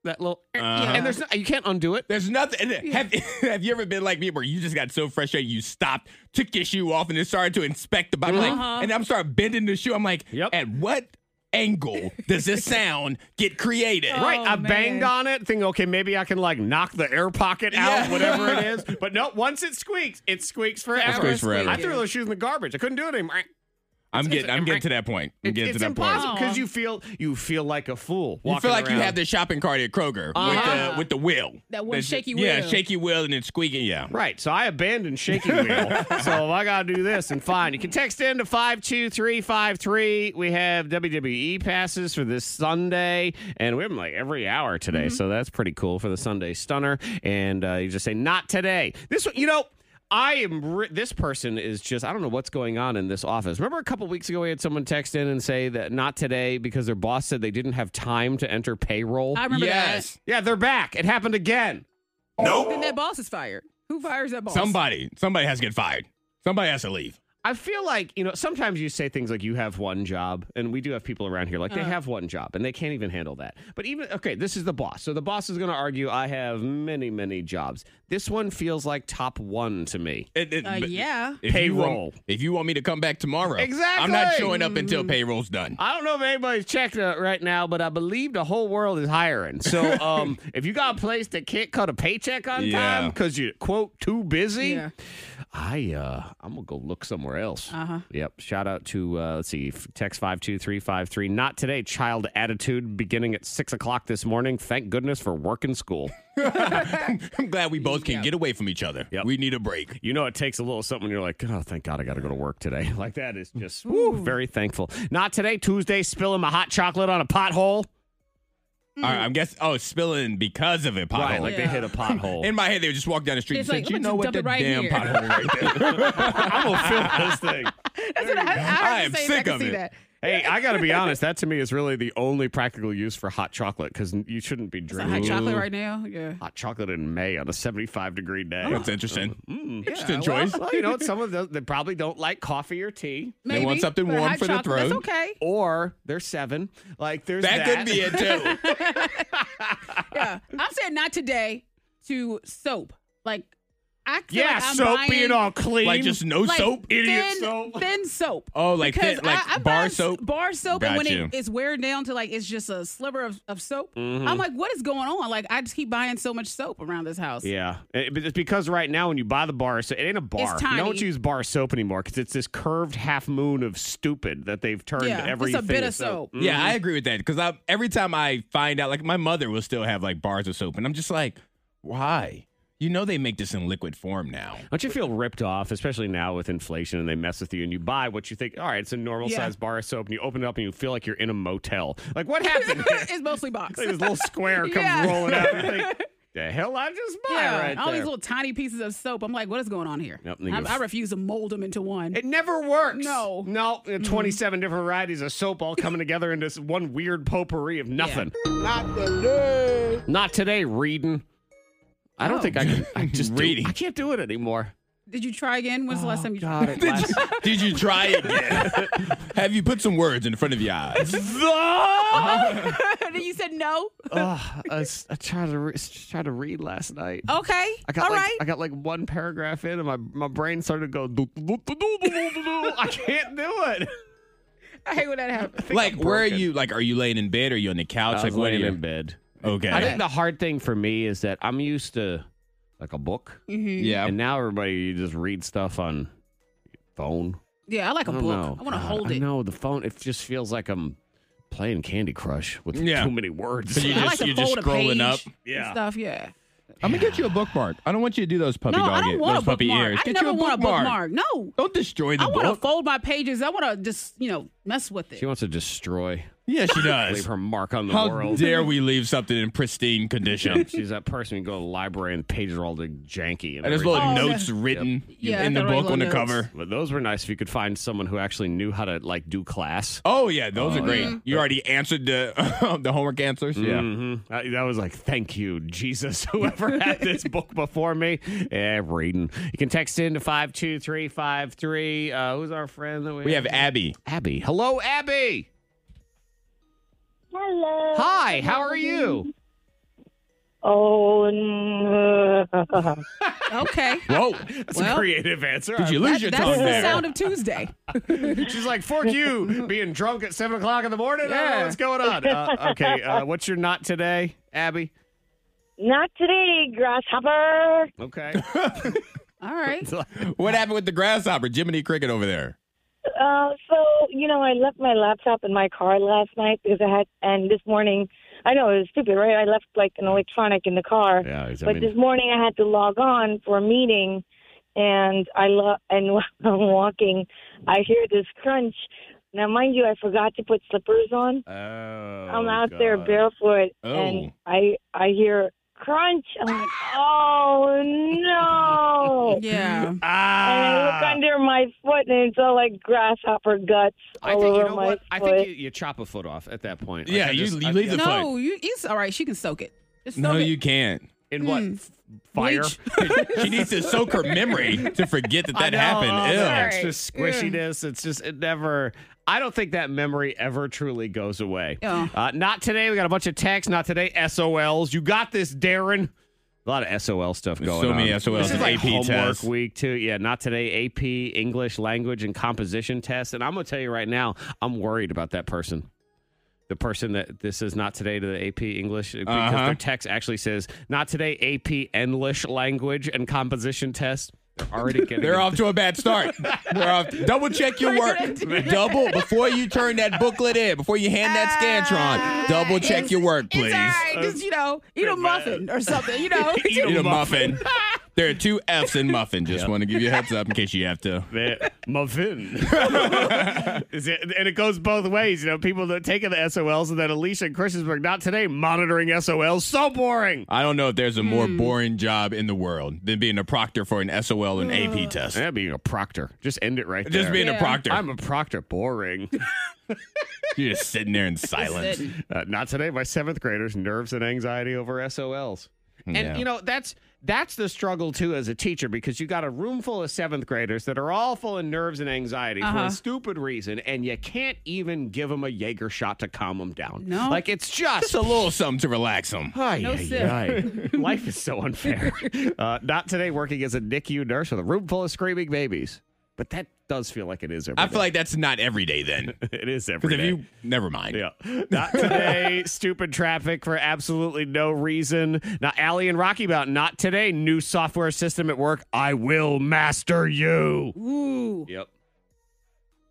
that little uh, Uh-huh. and there's no, you can't undo it. There's nothing. Have, *laughs* have you ever been like me where you just got so frustrated you stopped, took your shoe off, and then started to inspect the bottom? Like, and I'm start bending the shoe. I'm like, Uh-huh. Yep. at what angle does this sound get created? Right, Oh, I banged man. on it, thinking, okay, maybe I can like knock the air pocket out, Yeah. whatever it *laughs* is. But no, once it squeaks, it squeaks forever. squeaks forever. I threw those shoes in the garbage. I couldn't do it anymore. I'm getting. I'm getting to that point. I'm It's, getting it's to that impossible point. because you feel you feel like a fool. You feel like you have this the shopping cart at Kroger with Uh-huh. the with the wheel. That one That's- shaky Yeah, wheel. shaky wheel, and it's squeaking. Yeah. Right, so I abandoned shaking wheel. so if I gotta do this, and fine. You can text in to five two three five three. We have WWE passes for this Sunday, and we have them like every hour today. So that's pretty cool for the Sunday stunner. And uh, you just say not today. This one, you know. I am. Ri- this person is just. I don't know what's going on in this office. Remember a couple weeks ago, we had someone text in and say that not today because their boss said they didn't have time to enter payroll. *laughs* I remember yes. yeah, they're back. It happened again. that. Then that boss is fired. Who fires that boss? Somebody. Somebody has to get fired. Somebody has to leave. I feel like, you know, sometimes you say things like you have one job, and we do have people around here like they have one job and they can't even handle that. But even, okay, this is the boss. So the boss is going to argue, I have many, many jobs. This one feels like top one to me. It- it- Uh, but- yeah. If you want- Payroll. if you want me to come back tomorrow, I'm not Exactly. showing up until Mm-hmm. *laughs* payroll's done. *laughs* I don't know if anybody's checked it right now, but I believe the whole world is hiring. So um, if you got a place that can't cut a paycheck on Yeah. time because you're, quote, too busy, Yeah. I uh, I'm gonna go look somewhere else. Uh-huh. Yep. Shout out to uh, let's see, f- text five two three five three. Not today. Child attitude beginning at six o'clock this morning. Thank goodness for work and school. I'm glad we both can get away from each other. Yep. We need a break. You know, it takes a little something. when You're like, oh, thank God, I got to go to work today. *laughs* Like that is just whew, very thankful. Not today, Tuesday. Spilling my hot chocolate on a pothole. Mm-hmm. All right, I'm guessing. Oh, spilling because of it. Pothole. Right, like they hit a pothole. In my head, they would just walk down the street It's and like, say, I'm "You gonna know dump what? That it right damn here." pothole right there." *laughs* I'm *laughs* *laughs* gonna fill this thing. That's what *laughs* I, I, heard I you am say sick I can of see it. That. Hey, I got to be honest. That to me is really the only practical use for hot chocolate because you shouldn't be It's a hot drinking chocolate right now. Yeah. hot chocolate in May on a 75 degree day. That's interesting. Mm, interesting well, choice. *laughs* Well, you know, some of those they probably don't like coffee or tea, They want something but warm hot for the chocolate, That's throat. okay. or they're seven. Like there's That that, could be it too. Yeah. I'm saying not today to soap. Like, I feel *laughs* Yeah, like I'm soap buying, being all clean, like just no like, soap, thin, *laughs* Thin soap. Oh, like because thin- like I, I'm bar buying s- soap? Bar soap, Got and when you. it, it's wearing down to like it's just a sliver of, of soap, Mm-hmm. I'm like, what is going on? Like, I just keep buying so much soap around this house. Yeah, It- but it's because right now when you buy the bar, so it ain't a bar. It's You tiny. don't use bar soap anymore because it's this curved half moon of stupid that they've turned Yeah, it's a everything. bit to of soap. Yeah, Mm-hmm. I agree with that because I every time I find out, like my mother will still have like bars of soap, and I'm just like, why? You know they make this in liquid form now. Don't you feel ripped off, especially now with inflation and they mess with you and you buy what you think, all right, it's a normal Yeah. size bar of soap and you open it up and you feel like you're in a motel. Like, *laughs* what happened? here? *laughs* it's mostly *laughs* box. Like this little square comes Yeah. rolling out. You think, the hell I just bought *laughs* Yeah, right all there. these little tiny pieces of soap. I'm like, what is going on here? Yep, and they I, give- I refuse to mold them into one. it never works. No. Mm-hmm. No, uh, 27 different varieties of soap all coming together into this one weird potpourri of nothing. Not today. Not today, reading. I don't Oh. think I can. *laughs* I just do- Reading. I can't do it anymore. Did you try again? When's Oh, the last time you *laughs* tried? Did you- Did you try it yet? *laughs* have you put some words in front of your eyes? *laughs* and then you said no. *laughs* Ugh, I, s- I tried to re- s- tried to read last night. Okay. I got all like, right. I got like one paragraph in, and my my brain started to go. "Doo, doo, doo, doo, doo, doo, doo." I can't do it. I hate when that happens. Like, where are you? Like, are you laying in bed? Or are you on the couch? I like, was what are laying you? in bed. Okay. I think the hard thing for me is that I'm used to like a book, yeah. and now everybody you just read stuff on phone. Yeah, I like a I book. don't know. I want to God, hold I it. know the phone. It just feels like I'm playing Candy Crush with Yeah. too many words. *laughs* So you I just like to you're just fold a scrolling page up. and Stuff, yeah. I'm gonna get you a bookmark. I don't want you to do those puppy no, dog I don't ears- want those a puppy bookmark. ears. I Get never you a want bookmark. a bookmark. No. Don't destroy the I want to book. fold my pages. I want to just, you know, mess with it. She wants to destroy, yeah, she leave does. her mark on the How world. dare we leave something in pristine *laughs* condition? She's that person who go to the library and pages are all the janky. And, And there's everything. little Oh, no. notes written Yeah, in the the book regular on the notes. cover. But those were nice if you could find someone who actually knew how to like do class. Oh yeah, those are great. You already answered the *laughs* the homework answers. Mm. Mhm. I, that was like, thank you, Jesus, *laughs* whoever had *laughs* this book before me. Eh, reading. You can text in to 52353. Uh, who's our friend that we, We *laughs* have Abby. Abby. Hello, Abby. Hello. Hi, how are you? Oh, n- *laughs* Okay. Whoa. That's Well, a creative answer. Did you lose your That's tongue the there? sound of Tuesday. She's like, fork *laughs* you, being drunk at 7 o'clock in the morning. I don't know Yeah. what's going on. *laughs* Uh, okay, uh, what's your not today, Abby? not today, grasshopper. *laughs* Okay. All right. what happened with the grasshopper, Jiminy Cricket over there? Uh, so you know, I left my laptop in my car last night because I had, and this morning, I know it was stupid, right? I left like an electronic in the car, Yeah, I but mean- this morning I had to log on for a meeting, and I lo- and *laughs* while I'm walking, I hear this crunch. Now, mind you, I forgot to put slippers on. Oh, I'm out there God. barefoot, Oh. and I I hear crunch. I'm like, oh no! Yeah. And I Ah. look under my foot, and it's all like grasshopper guts all I think over you know my what. foot. I think you, you chop a foot off at that point. Like, Yeah, I you- just- you I- leave the- No, you, it's all right. She can soak it. Just soak No, it. you can't. in what f- fire. Bleach. she needs to soak her memory to forget that I that know, all happened. the Ew. Extra squishiness. It's just it never. I don't think that memory ever truly goes away. Yeah. Uh, not today. We got a bunch of texts. Not today. SOLs. You got this, Darren. A lot of SOL stuff There's going so on. many SOLs. This is It's like AP homework tests. week too. Yeah, not today. AP English language and composition test. And I'm gonna tell you right now, I'm worried about that person. The person that this is not today to the AP English because Uh-huh. their text actually says not today AP English language and composition test. They're *laughs* already getting They're off to a bad start. They're off. Double check your work. Double before you turn that booklet in. Before you hand that scantron. Double check your work, please. Uh, It's all right. Just, you know, eat a muffin or something, you know. *laughs* Eat a muffin. There are two F's in muffin. Just want to give you a heads up in case you have to. that *laughs* muffin. Is it- and it goes both ways. You know, people that taking the SOLs and then Alicia and Christiansburg, not today, monitoring SOLs. So boring. I don't know if there's a more Hmm. boring job in the world than being a proctor for an SOL and AP test. Yeah, being a proctor. Just end it right there. Just being a Uh. Yeah. proctor. I'm a proctor. Boring. You're just sitting there in silence. Sitting. Uh, not today. My seventh graders, nerves and anxiety over SOLs. And you know that's that's the struggle too as a teacher because you got a room full of seventh graders that are all full of nerves and anxiety for Uh-huh. a stupid reason, and you can't even give them a Jaeger shot to calm them down. No. like it's just *laughs* Just a little something to relax them. Ay, No ay, sip. *laughs* ay. Life is so unfair. Uh, not today working as a NICU nurse with a room full of screaming babies. But that does feel like it is every I feel day. like that's not every day then. *laughs* it is *laughs* every Because if day. you, never mind. yeah. *laughs* Not today. Stupid traffic for absolutely no reason. Now, Allie and Rocky Mountain, not today. New software system at work. I will master you. Ooh. Yep.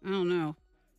I don't know.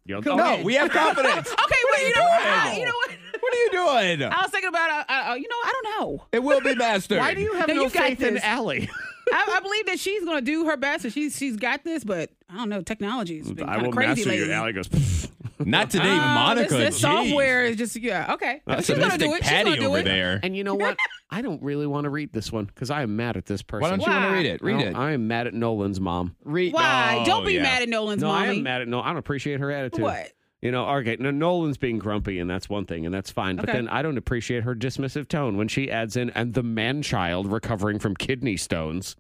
Yep. Oh, Go No, ahead. we have confidence. *laughs* Okay, well, you know what? I, you know what? what are *laughs* you doing? I was thinking about, uh, uh, you know, I don't know. It will be mastered. Why do you have No, no, you got faith in this. Allie? I, I believe that she's going to do her best and she's, she's got this, but I don't know. Technology has been *laughs* I kind will of crazy master lately. you. Allie goes, *laughs* "Pfft." Not today, Oh, Monica. This, this Jeez. software is just, yeah, okay. That's she's a going to do mystic it. She's Patty going to do over it. there. and you know what? I don't really want to read this one because I am mad at this person. Why don't you want to Why? read it? Read I it. don't- I am mad at Nolan's mom. read. Why? Oh, don't be yeah. mad at Nolan's no, mommy. I am mad at no. I don't appreciate her attitude. What? You know, okay, no, Nolan's being grumpy, and that's one thing, and that's fine. But Okay. then I don't appreciate her dismissive tone when she adds in, and the man child recovering from kidney stones.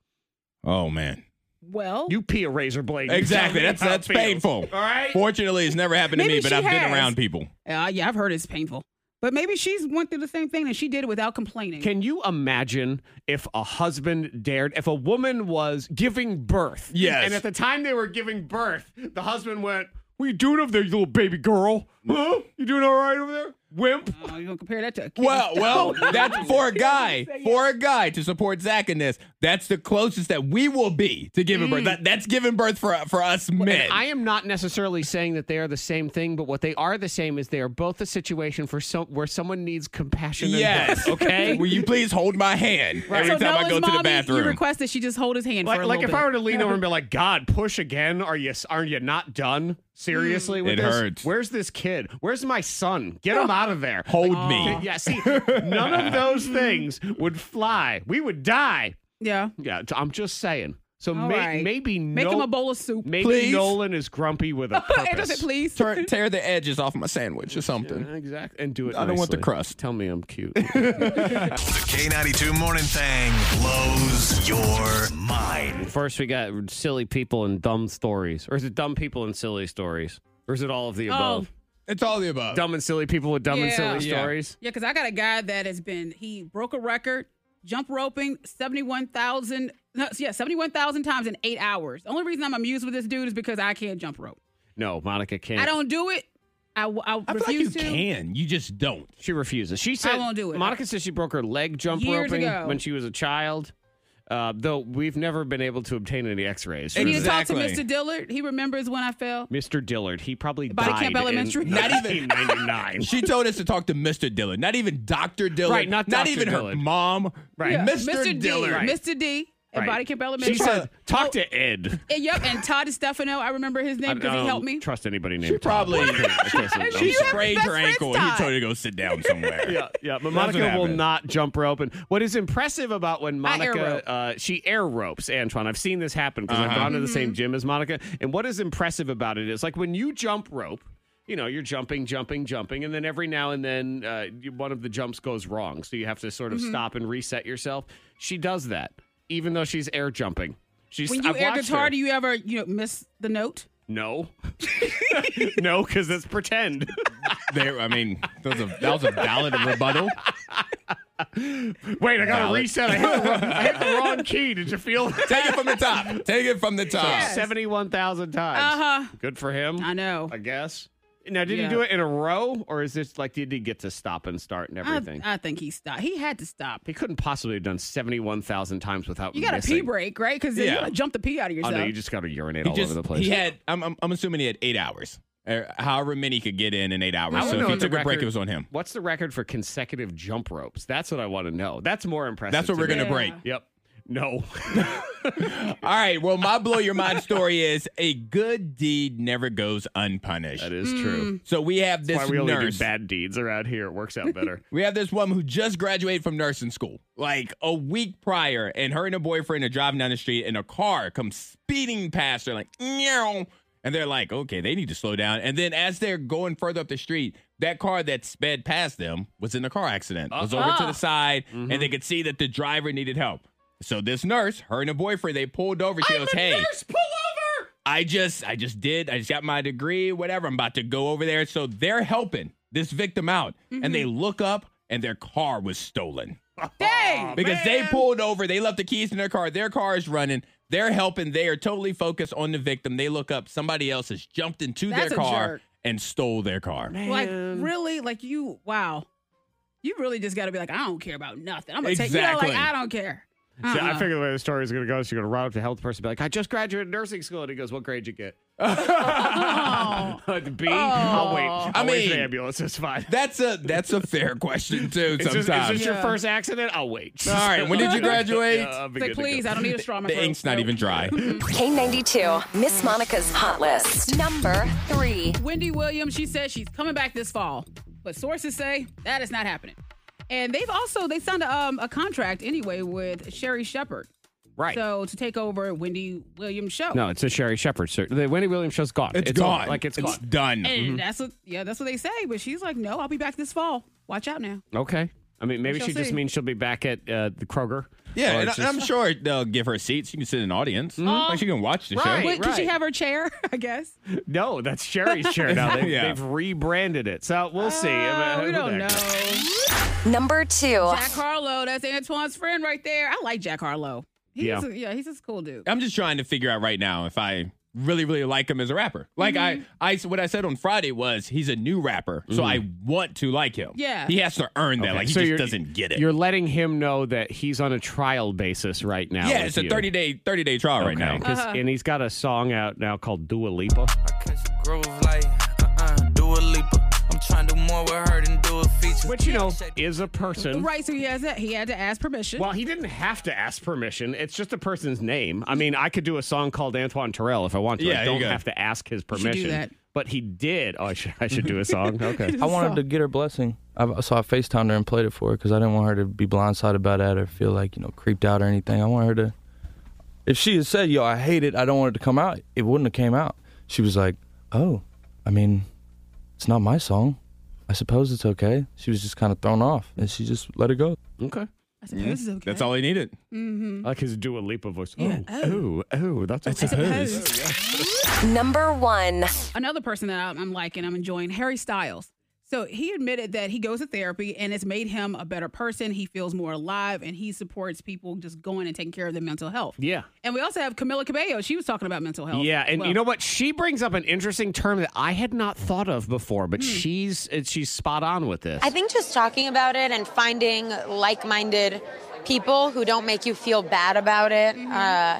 Oh man. Well, You pee a razor blade. you Exactly. tell me That's how it that's feels. painful. All right. Fortunately, it's never happened to Maybe me, but she I've been has. around people. uh, yeah, I've heard it's painful. But maybe she's went through the same thing and she did it without complaining. Can you imagine if a husband dared, if a woman was giving birth? Yes. And at the time they were giving birth, the husband went, What are you doing over there, you little baby girl? Huh? You doing all right over there? Wimp. Oh, you gonna compare that to a kid? Well, well, Don't. that's for a guy, for a guy to support Zach in this. That's the closest that we will be to giving birth. That, that's giving birth for for us men. And I am not necessarily saying that they are the same thing, but what they are the same is they are both a situation for so where someone needs compassion. and yes. help, okay. *laughs* Will you please hold my hand every *laughs* so time I Noah's go to mommy, the bathroom? You requested she just hold his hand Like, for a like if little I bit. were to lean over and be like, "God, push again? Are you are you not done? Hmm. Seriously, with It this? hurts. Where's this kid? Where's my son? Get *laughs* him out of there. hold Like, me. Yeah. See, none of those things would fly. We would die. yeah, Yeah. I'm just saying. So All may, right. maybe make no, him a bowl of soup. *laughs* maybe Please? Nolan is grumpy with a Andrew said, purpose. please. Turn, tear the edges off my sandwich or something. Yeah, exactly. And do it. I don't want the nicely. crust. Tell me I'm cute. *laughs* The K92 Morning Thang blows your mind. First, we got silly people and dumb stories, or is it dumb people and silly stories, or is it all of the Oh. above? It's all the above. dumb and silly people with dumb and Yeah. silly Yeah. stories. Yeah, because I got a guy that has been he broke a record jump roping seventy one thousand no, yeah seventy one thousand times in eight hours. The only reason I'm amused with this dude is because I can't jump rope. No, Monica can't. I don't do it. I, w- I I feel like you refuse to. can. You just don't. She refuses. She said won't do it. Monica says she broke her leg jump Years roping ago. when she was a child. Uh, though we've never been able to obtain any X-rays. You need to talk to Exactly. Mr. Dillard. He remembers when I fell. Mr. Dillard, he probably Body died Camp Elementary. *laughs* in Not 1999. She told us to talk to Mr. Dillard, not even Dr. Dillard, Right, not Dr. even her Dillard. mom, right? Mr. Mr. Dillard. D. Mr. D. At Right. *laughs* Body Camp Elementary. "Oh." She said, "Talk to Ed." And, yep, and Todd Stefano. I remember his I- um, name I because don't he helped me. Trust anybody named *laughs* She probably Todd. Okay, so- she You have sprained best her friends ankle and he die. told her to go sit *laughs* down somewhere. yeah, yeah. But That's what Monica will happened. not jump rope. And what is impressive about when I air Monica rope. uh, she air ropes, Antoine. I've seen this happen because I've Uh-huh. gone to the Mm-hmm. same gym as Monica. And what is impressive about it is like when you jump rope. You know, you're jumping, jumping, jumping, and then every now and then uh, you- one of the jumps goes wrong. So you have to sort of Mm-hmm. stop and reset yourself. She does that, even though she's air jumping. She's When you I've air watched guitar, her. do you ever you know miss the note? *laughs* No. *laughs* no, because it's pretend. There, I mean, that was a, that was a valid rebuttal. Wait, I got to Valid. reset. I hit, the wrong, I hit the wrong key. Did you feel that? *laughs* Take it from the top. Take it from the top. 71,000 times. Uh huh. Good for him, I know. I guess. Now, did he Yeah. do it in a row, or is this like, did he get to stop and start and everything? I, I think he stopped. He had to stop. he couldn't possibly have done 71,000 times without You got a missing. pee break, right? Because Yeah. you gotta jump the pee out of Oh, yourself. no, you just got to urinate He all just over the place. he had. I'm, I'm I'm assuming he had eight hours, or however many he could get in in eight I hours. wanna So if know he the took a break, record- it was on him. What's the record for consecutive jump ropes? That's what I want to know. That's more impressive. That's what to we're gonna me. Yeah. break. Yep. *laughs* No. All right. Well, my blow your mind story is a good deed never goes unpunished. that is Hmm. true. So we have this That's why we only nurse. do bad deeds around here. It works *laughs* out better. We have this woman who just graduated from nursing school, like a week prior, and her and her boyfriend are driving down the street, and a car comes speeding past her, like, meow. And they're like, okay, they need to slow down. And then as they're going further up the street, that car that sped past them was in a car accident, was over to Oh. the side, and they could see that the driver needed help. So this nurse, her and her boyfriend, they pulled over. She goes, hey, pull over. I just, I just did. I just got my degree, whatever. I'm about to go over there. So they're helping this victim out, and they Mm-hmm. look up, and their car was stolen Dang. because they pulled over. They left the keys in their car. Their car is running. They're helping. They are totally focused on the victim. They look up. Somebody else has jumped into That's their a car jerk. and stole their car. *laughs* Like really, like you. Wow. You really just gotta be like, I don't care about nothing. I'm gonna take. You Exactly. know, like I don't care. See, I Uh-uh. figure the way the story is going to go is you're going to run up to the health person and be like, I just graduated nursing school. And he goes, What grade did you get? *laughs* Oh. B? I'll wait. I'll I wait for the mean, ambulance. It's fine. *laughs* That's a that's a fair question too. Is this, is Sometimes. *laughs* this your Yeah. first accident? I'll wait. All right, when *laughs* did you graduate? Yeah, I'll be Say good to go. please, I don't need a straw. in my the throat." ink's not No. even dry. K92, Miss Monica's Hot List. Number three. Wendy Williams, she says she's coming back this fall, but sources say that is not happening. And they've also they signed um, a contract anyway with Sherry Shepard, Right. so to take over Wendy Williams' show. No, it's a Sherry Shepherd. Sir. The Wendy Williams show's gone. it's gone. over. Like it's it's gone. done. and that's what yeah, that's what they say. But she's like, no, I'll be back this fall. Watch out now. Okay. I mean, maybe shall she just see. means she'll be back at uh, the Kroger. Yeah, Or and, it's I- I'm sure they'll give her seats. She can sit in an audience. Like she can watch the Mm-hmm. Right. show. Wait, Can she right. have her chair? *laughs* I guess. No, that's *laughs* Sherry's chair now. They, Yeah. They've rebranded it. So we'll see. I mean, Oh, Uh, who we the don't know. heck knows? Number two. Jack Harlow, that's Antoine's friend right there. I like Jack Harlow. He's Yeah. yeah, he's a cool dude. I'm just trying to figure out right now if I really really like him as a rapper. Like Mm-hmm. I I what I said on Friday was he's a new rapper, so Mhm. I want to like him. Yeah. he has to earn that. Okay, Like he so just you're- doesn't get it. You're letting him know that he's on a trial basis right now. yeah, with it's a you. thirty day thirty day trial right now. Okay, 'cause- And he's got a song out now called Dua Lipa. Groove like, uh-uh, do a leaper. I'm trying to do more with her than do a feature. Which you know is a person. Right, so he has that. He had to ask permission. *laughs* Well, he didn't have to ask permission. It's just a person's name. I mean, I could do a song called Antoine Terrell if I want to. Yeah, I you don't go. have to ask his should do permission. that. But he did. Oh, I should, I should do a song. Okay. It's I wanted to get her blessing. I, so I FaceTimed her and played it for her because I didn't want her to be blindsided by that or feel like, you know, creeped out or anything. I want her to, if she had said, yo, I hate it, I don't want it to come out, it wouldn't have came out. She was like, oh, I mean, it's not my song. I suppose it's okay. She was just kind of thrown off and she just let it go. Okay. I suppose it's okay. That's all he needed. Mm-hmm. I like his Dua Lipa voice. Yeah. Oh, oh, oh, that's a suppose. Number one. Another person that I'm- I'm liking, I'm enjoying, Harry Styles. So he admitted that he goes to therapy and it's made him a better person. He feels more alive and he supports people just going and taking care of their mental health. Yeah. And we also have Camila Cabello. She was talking about mental health. Yeah, as and well. you know what? She brings up an interesting term that I had not thought of before, Hmm. but she's uh, she's spot on with this. I think just talking about it and finding like minded people who don't make you feel bad about it. Mm-hmm. Uh,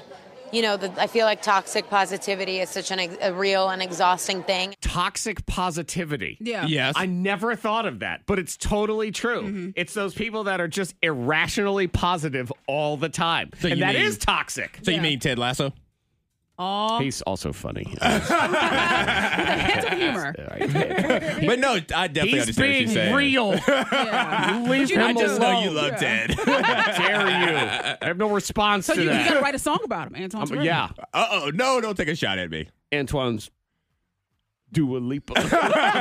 you know, the, I feel like toxic positivity is such an, ex- a real and exhausting thing. toxic positivity. Yeah. Yes. I never thought of that, but it's totally true. Mm-hmm. It's those people that are just irrationally positive all the time. So and you that is mean- toxic. So you mean *laughs* Ted Lasso? Aw. He's also *laughs* funny. *laughs* Hint of humor. but no, I definitely He's understand what being she's saying. real. *laughs* Leave But you him know- I just know you love Ted. *laughs* *laughs* How dare you? I have no response So to you, you that. got to write a song about him, Antoine. Um, Terrell. yeah. Uh oh, no, don't take a shot at me. Antoine's Dua *laughs* Lipa.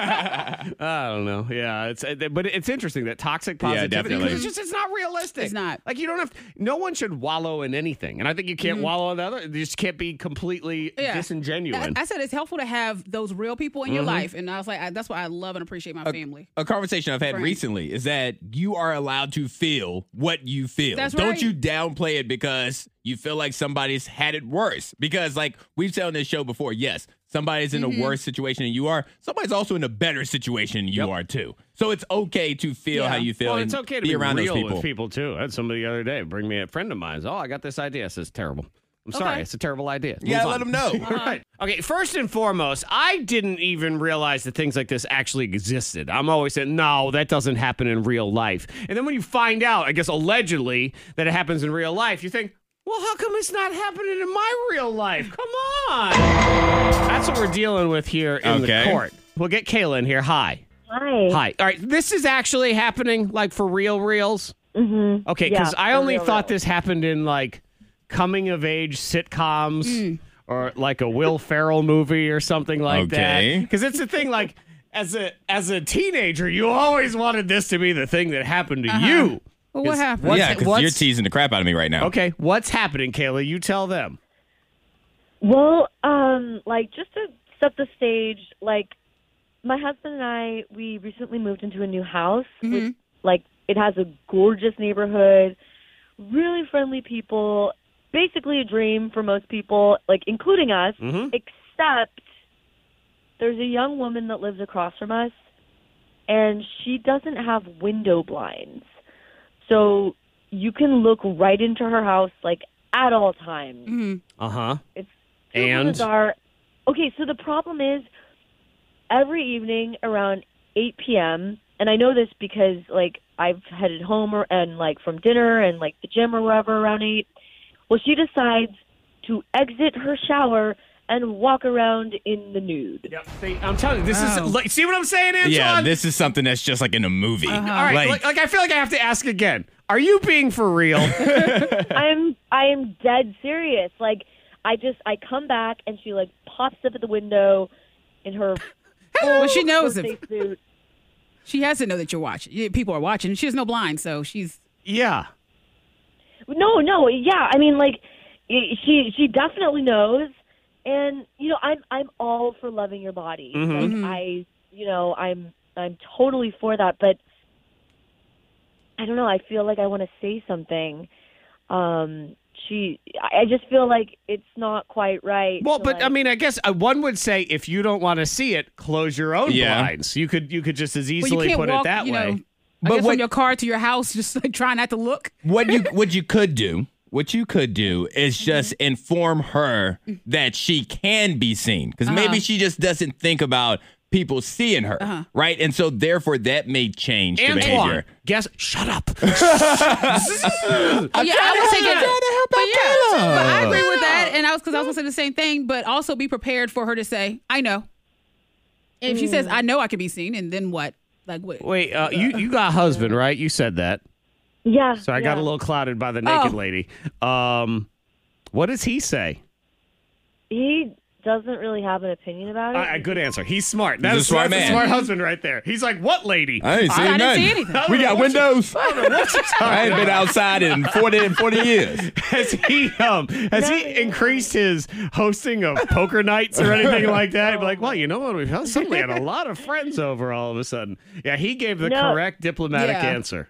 I don't know. Yeah, it's uh, but it's interesting that toxic Yeah, positivity. 'cause definitely. It's just it's not realistic. It's not. Like you don't have. No one should wallow in anything, and I think you can't wallow in the other. You just can't be completely Mm-hmm. Yeah. disingenuous. I, I said it's helpful to have those real people in your Mhm. life, and I was like, I, that's why I love and appreciate my A- family. A conversation I've had Right. recently is that you are allowed to feel what you feel. That's Don't right. you downplay it because you feel like somebody's had it worse. Because, like we've said on this show before, yes, somebody's in Mm-hmm. Mhm. a worse situation than you are. Somebody's also in a better situation than you are too. So it's okay to feel how you feel. Well, and it's okay to be, around real those people. with people too. I had somebody the other day bring me a friend of mine's. Oh, I got this idea. I says terrible. I'm sorry. Okay. It's a terrible idea. Yeah, Move let on. them know. *laughs* Uh-huh. right. Okay. First and foremost, I didn't even realize that things like this actually existed. I'm always saying, no, that doesn't happen in real life. And then when you find out, I guess allegedly that it happens in real life, you think, well, how come it's not happening in my real life? Come on. That's what we're dealing with here in Okay. the court. We'll get Kayla in here. Hi. Hi. Hi. All right. This is actually happening, like for real reels. Mm-hmm. Okay, because I only thought this happened in like coming of age sitcoms or like a Will Ferrell movie or something like that. Okay. Because it's a thing like as a as a teenager, you always wanted this to be the thing that happened to you. Well, what 'Cause happened? what's- yeah, because what's- you're teasing the crap out of me right now. okay, what's happening, Kayla? You tell them. Well, um, like just to set the stage, like my husband and I, we recently moved into a new house. Which, like it has a gorgeous neighborhood, really friendly people, basically a dream for most people, like including us. Except there's a young woman that lives across from us, and she doesn't have window blinds, so you can look right into her house like at all times. Uh huh. It's super and bizarre. Okay, so the problem is every evening around 8 p.m. And I know this because like I've headed home or, and like from dinner and like the gym or wherever around 8. Well, she decides to exit her shower and walk around in the *laughs* nude. Yep. I'm telling you, this is like, see what I'm saying, Antoine? Yeah, this is something that's just like in a movie. Uh-huh. All right, Like, like, like I feel like I have to ask again. Are you being for *laughs* real? I'm I am dead serious. Like I just I come back and she like pops up at the window in her Well, she knows birthday it. suit. She has to know that you're watching. Yeah, People are watching. She has no blind, so she's yeah. No, no, yeah. I mean, like i- she she definitely knows, and you know, I'm I'm all for loving your body. Mm-hmm. Mhm. Like Mhm. I, you know, I'm I'm totally for that. But I don't know. I feel like I want to say something. Um, she I I just feel like it's not quite right. Well, to, but I like- mean, I guess uh, one would say if you don't want to see it, close your own Yeah. blinds. You could you could just as you easily can't put walk, it that you know, way. I guess from your car to your house, *laughs* just like try not to look. *laughs* what you what you could do what you could do is Mm-hmm. just inform her that she can be seen because Uh-huh. maybe she just doesn't think about people seeing her Uh-huh. right and so therefore that may change the Antoine, behavior guess shut up. yeah, I was thinking but yeah, Kayla. but I agree with that, and I was because I was gonna say the same thing, but also be prepared for her to say, "I know." And if she Mm. says, "I know I can be seen," and then what? Like what? Wait, uh, you you got a husband, right? You said that. Yeah. So I got a little clouded by the Oh. naked lady. Um, what does he say? He doesn't really have an opinion about it. I, I- good answer. He's smart. a That's smart that's man. A smart husband right there. He's like, what lady? I ain't seen nothing. We got windows. *laughs* I ain't been outside in 40, in 40 *laughs* years. Has he um has he increased his hosting of poker nights or anything like that? Like, well, you know what? We've had- suddenly had a lot of friends over all of a sudden. Yeah, he gave the No. correct diplomatic Yeah. answer.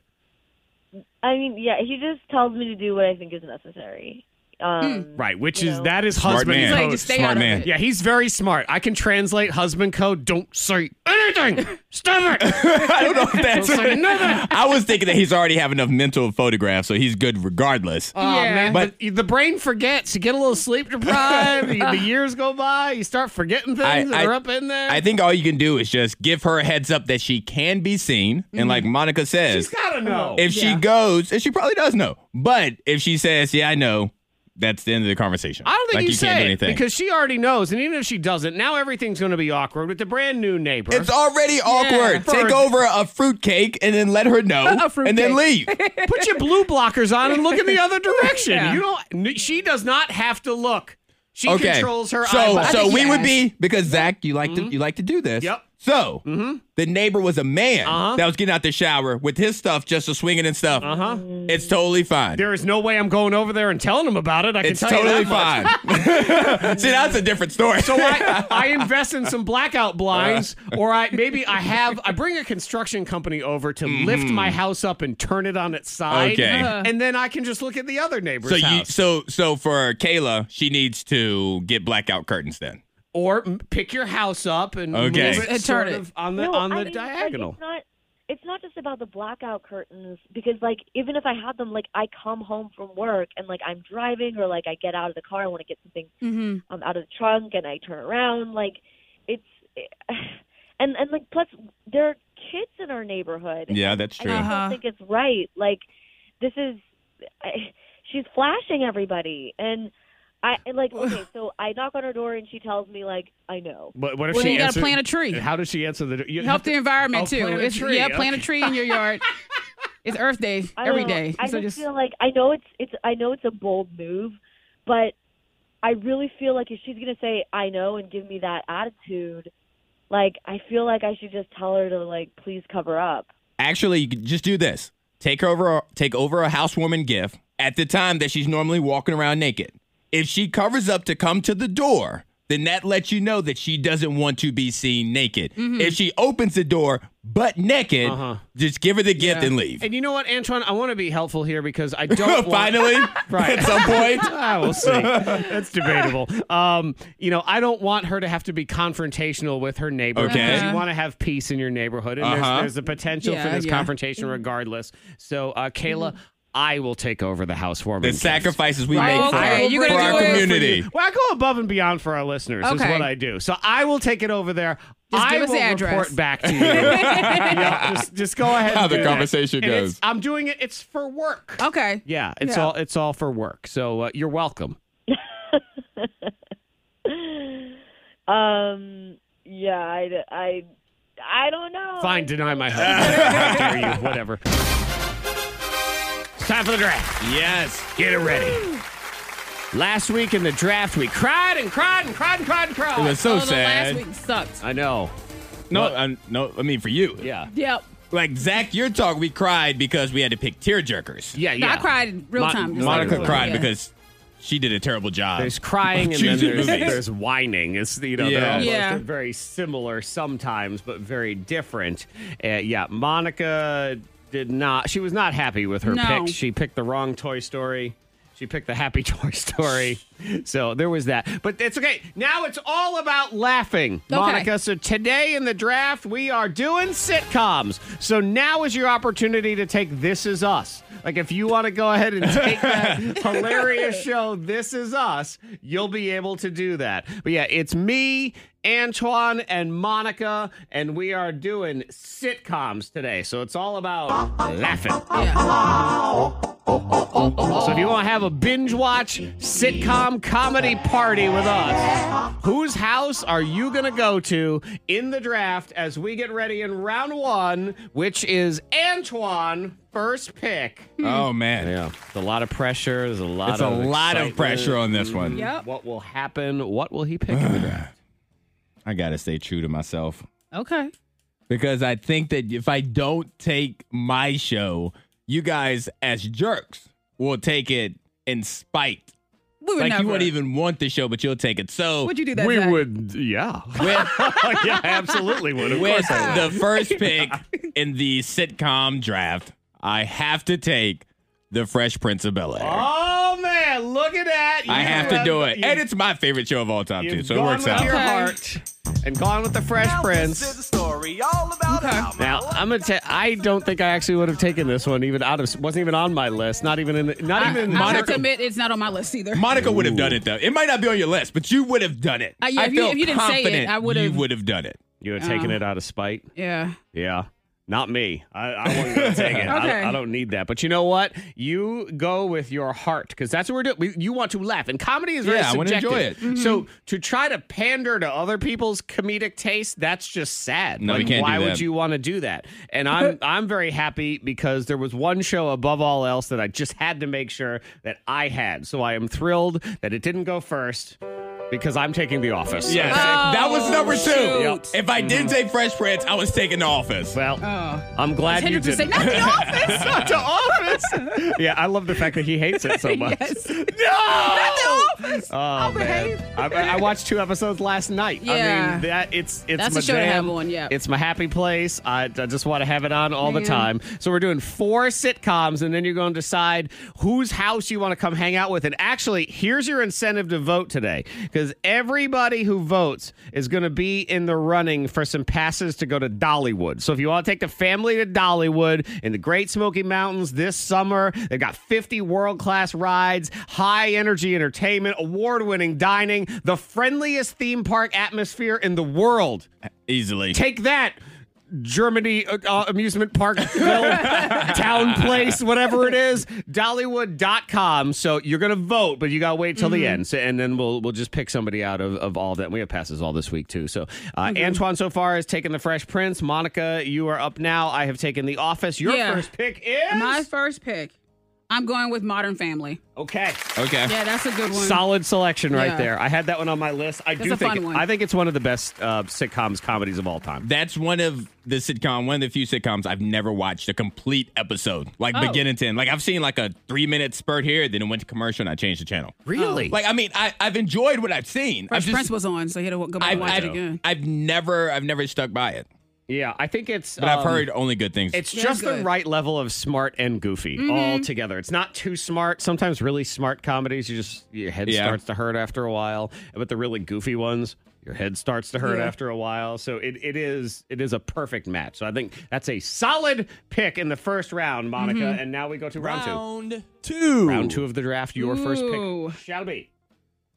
I mean, yeah, he just tells me to do what I think is necessary. Hmm. Um, Right, which You is know. that is Smart husband man. He's like, code. just stay Smart out of man. it. Yeah, he's very smart. I can translate husband code. Don't say anything. Stop *laughs* it. *laughs* I don't know *laughs* if that's Don't say nothing. I was thinking that he's already have enough mental photographs, so he's good regardless. Oh man, But but the, the brain forgets. You get a little sleep deprived. you- the years go by. You start forgetting things. that are up in there. I think all you can do is just give her a heads up that she can be seen. And like Monica says, Mm-hmm. She's gotta know. if she goes, and she probably does know, but if she says, yeah, I know, that's the end of the conversation. I don't think like, you, you say can't do it, anything. because she already knows, and even if she doesn't, now everything's going to be awkward with the brand new neighbor. it's already awkward. For- Take over a fruitcake and then let her know *laughs* A and then leave. fruitcake. Put your blue blockers on and look *laughs* in the other direction. Yeah. You don't. n- She does not have to look. She okay. controls her. So eyeballs. Mm-hmm. so we would be because Zach, you like to you like to do this. Yep. So the neighbor was a man Uh-huh. that was getting out the shower with his stuff just a swinging and stuff. Uh Uh-huh. huh. It's totally fine. There is no way I'm going over there and telling them about it. I can it's tell totally you that much. fine. *laughs* See, that's a different story. So *laughs* I, I invest in some blackout blinds, Uh. or I maybe I have I bring a construction company over to lift my house up and turn it on its side, Mm-hmm. Okay. Uh-huh. and then I can just look at the other neighbor's so house. you so so for Kayla, she needs to get blackout curtains then. or m- pick your house up and Okay. move it And sort turn it. of on the No, on the I mean, like, diagonal. it's not. It's not just about the blackout curtains because, like, even if I had them, like, I come home from work and like I'm driving or like I get out of the car, I want to get something Mm-hmm. um, out of the trunk, and I turn around. Like, it's *sighs* and and like plus there are kids in our neighborhood. Yeah, that's true. I just Uh-huh. don't think it's right. Like, this is I, she's flashing everybody, and I and, like okay, so I knock on her door and she tells me like I know. But what if Well, she you gotta answered- plant a tree. How does she answer the? You Help the environment oh, too. plant a It's- tree, yeah, plant a okay. tree in *laughs* your yard. it's Earth Day I every don't know. day. I so just just feel like I know it's it's I know it's a bold move, but I really feel like if she's gonna say I know and give me that attitude, like I feel like I should just tell her to like please cover up. *sighs* Actually, you could just do this. Take over take over a housewoman gift at the time that she's normally walking around naked. If she covers up to come to the door, then that lets you know that she doesn't want to be seen naked. Mm-hmm. If she opens the door but naked, just give her the gift and leave. And you know what, Antoine? I want to be helpful here because I *laughs* *laughs* don't. want- Finally, Right. at *laughs* some point. I will see. That's debatable. Um, you know, I don't want her to have to be confrontational with her neighbor. Okay. because You want to have peace in your neighborhood, and Uh-huh. there's, there's the potential for Yeah, this yeah. Mm. confrontation regardless. So, uh, Kayla, I will take over the housewarming. The gift. sacrifices we Right. make for, Okay, our- you're for gonna do our it for community. you. Well, I go above and beyond for our listeners. Is Okay. what I do. So I will take it over there. Just I give us will the address. report back *laughs* to you. Yeah, just, just go ahead. How and the do that. conversation And it's- goes. I'm doing it. It's for work. Okay. Yeah, it's Oh. Yeah. all it's all for work. So uh, you're welcome. Um, yeah, I I I don't know. Fine, deny my help. How dare *laughs* you? Whatever. It's time for the draft. Yes. Get it ready. Last week in the draft, we cried and cried and cried and cried and cried. It was so Oh, the sad. last week sucked. I know. No, I, no, I mean for you. Yeah. Yep. Like Zach, your talk, we cried because we had to pick tearjerkers. Yeah, No, I cried in real time. just like Monica you. cried Yeah. because she did a terrible job. There's crying and then *laughs* Choosing there's, movies. there's whining. It's you know Yeah. they're almost Yeah. very similar sometimes, but very different. Uh, yeah, Monica did not. She was not happy with her No. picks. She picked the wrong Toy Story. She picked the Happy *laughs* Toy Story. So there was that. But it's okay. Now it's all about laughing, Okay. Monica. So today in the draft, we are doing sitcoms. So now is your opportunity to take This Is Us. Like if you want to go ahead and take that hilarious show, This Is Us, you'll be able to do that. But yeah, it's me. Antoine and Monica, and we are doing sitcoms today. So it's all about laughing. So if you want to have a binge watch sitcom comedy party with us, whose house are you going to go to in the draft as we get ready in round one, which is Antoine first pick? Oh man, yeah, it's a lot of pressure. There's a lot. It's a of lot of excitement. pressure on this one. Yep. What will happen? What will he pick in the draft? I gotta stay true to myself Okay. because I think that if I don't take my show, you guys as jerks will take it in spite. We would like you never. wouldn't even want the show, but you'll take it. So Would you do that, We Zach? would, yeah, *laughs* yeah, absolutely would. Of with course, I would. the *laughs* *laughs* first pick in the sitcom draft, I have to take the Fresh Prince of Bel Air. Oh man, look at that! I You have to have- do it, you- and it's my favorite show of all time too. You've So it gone works with out. your heart and gone with the Fresh Prince. Now I'm gonna. Ta- I don't think I actually would have taken this one even out of. Wasn't even on my list. Not even in. The, not I, even. I have to admit, it's not on my list either. Monica would have done it though. It might not be on your list, but you would have done it. Uh, yeah, I if you- feel if you didn't say it, confident I would have- You would have done it. You would have taken it out of spite. Yeah. Yeah. Not me. I, I wasn't *laughs* going to take it. I, Okay. don't, I don't need that. But you know what? You go with your heart because that's what we're doing. We, you want to laugh, and comedy is very Yeah, I wanna subjective. enjoy it. Mhm. Mm-hmm. So to try to pander to other people's comedic taste, that's just sad. No, we Like, can't do Why would that. you want to do that? And *laughs* I'm I'm very happy because there was one show above all else that I just had to make sure that I had. So I am thrilled that it didn't go first because I'm taking The Office. Yes, Okay? that was number two. Oh, Yep. If I didn't take Fresh Prince, I was taking the office. Mm. Well, I'm glad you Oh. Hendrix did. would say, not not the office. not *laughs* to office. *laughs* yeah, I love the fact that he hates it so *laughs* much. *laughs* Yes. No! Not the office. Oh man, I, I watched two episodes last night. I Yeah. mean, that it's it's That's my a show to have jam. on, yeah. it's my happy place. I, I just want to have it on all the time. So we're doing four sitcoms, and then you're going to decide whose house you want to come hang out with. And actually, here's your incentive to vote today, because everybody who votes is going to be in the running for some passes to go to Dollywood. So if you want to take the family to Dollywood in the Great Smoky Mountains this summer, they've got 50 world class rides, high energy entertainment, award winning dining, the friendliest theme park atmosphere in the world. Easily. Take that, Germany uh, uh, amusement park, *laughs* built town place, whatever it is. Dollywood.com. So you're gonna vote, but you gotta wait till Mm-hmm. the end. So, and then we'll we'll just pick somebody out of, of all that. We have passes all this week too. So uh, Mm-hmm. Antoine so far has taken the Fresh Prince. Monica, you are up now. I have taken the Office. Your Yeah. first pick is My first pick. I'm going with Modern Family. okay. Okay. Yeah, that's a good one. Solid selection right Yeah. there. I had that one on my list. I That's do a think fun one. I think it's one of the best uh, sitcoms comedies of all time. That's one of the sitcom, one of the few sitcoms I've never watched a complete episode, like Oh. beginning to end. Like I've seen like a three minute spurt here, then it went to commercial, and I changed the channel. Really? Like I mean, I, I've enjoyed what I've seen. Fresh I've Prince was on, so you had to go back I've, and watch it I've, again. I've never, I've never stuck by it, Yeah, I think it's. but I've um, heard only good things. It's Yeah, just the good. Mm-hmm. right level of smart and goofy all together. It's not too smart. Sometimes really smart comedies, you just your head Yeah. starts to hurt after a while. But the really goofy ones, your head starts to hurt Yeah. after a while. So it, it is it is a perfect match. So I think that's a solid pick in the first round, Monica. Mm-hmm. And now we go to round, Round two. two. Round two of the draft. Your first Ooh. pick shall be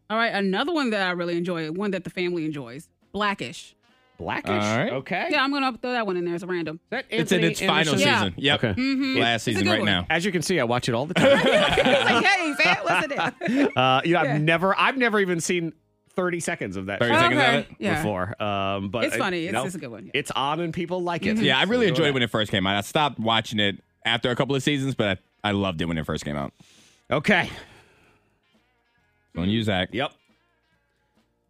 All right, another one that I really enjoy, one that the family enjoys, Blackish. Blackish. All right. Okay. Yeah, I'm gonna throw that one in there as a random. Is that It's in Anthony its final Anderson? Yeah. Mm. Mm-hmm. season. Yep. Okay. Last It's a season good right one. now. As you can see, I watch it all the time. *laughs* *laughs* It's like, hey, man, *laughs* what's it? in? Uh, you know, I've never, I've never even seen thirty seconds of that 30 show seconds of it. Yeah. before. Um, but It's uh, funny. you It's- know, it's a good one, yeah. It's on and people like Mm-hmm. it. Yeah, I So really go enjoyed it with when it first came out. I stopped watching it after a couple of seasons, but I, I loved it when it first came out. that. Okay. Don't use that. Yep.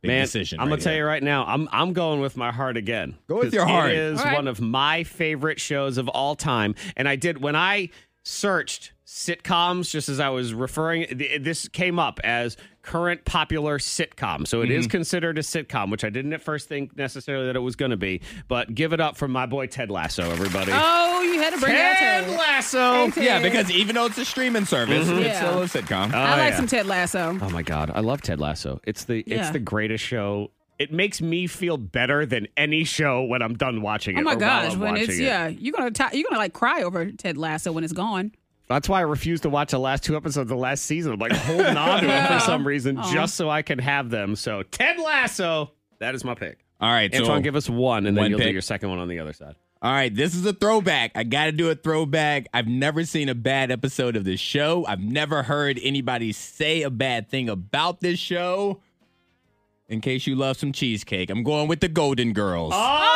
Big Man, decision. I'm right gonna tell there. you right now. I'm I'm going with my heart again. Go with 'Cause your heart. It is All right. one of my favorite shows of all time, and I did when I searched sitcoms just as I was referring. th- This came up as current popular sitcom. So it is Mm-hmm. Mhm. considered a sitcom, which I didn't at first think necessarily that it was going to be. But give it up for my boy Ted Lasso, everybody. Oh, you had to bring Ted out Ted Lasso. Hey, Ted. Yeah, because even though it's a streaming service, Mhm. it's still a sitcom. I Oh, like yeah. some Ted Lasso. Oh my god, I love Ted Lasso. It's the it's Yeah. the greatest show. It makes me feel better than any show when I'm done watching it. Oh my or while gosh, I'm when watching it's it. yeah, you're gonna ti you're gonna like cry over Ted Lasso when it's gone. That's why I refuse to watch the last two episodes of the last season. I'm like holding on to them for some reason Aw. just so I can have them. So Ted Lasso, that is my pick. All right, Antoine, so give us one, and then one you'll do pick. your second one on the other side. All right, this is a throwback. I got to do a throwback. I've never seen a bad episode of this show. I've never heard anybody say a bad thing about this show. In case you love some cheesecake, I'm going with the Golden Girls. Oh,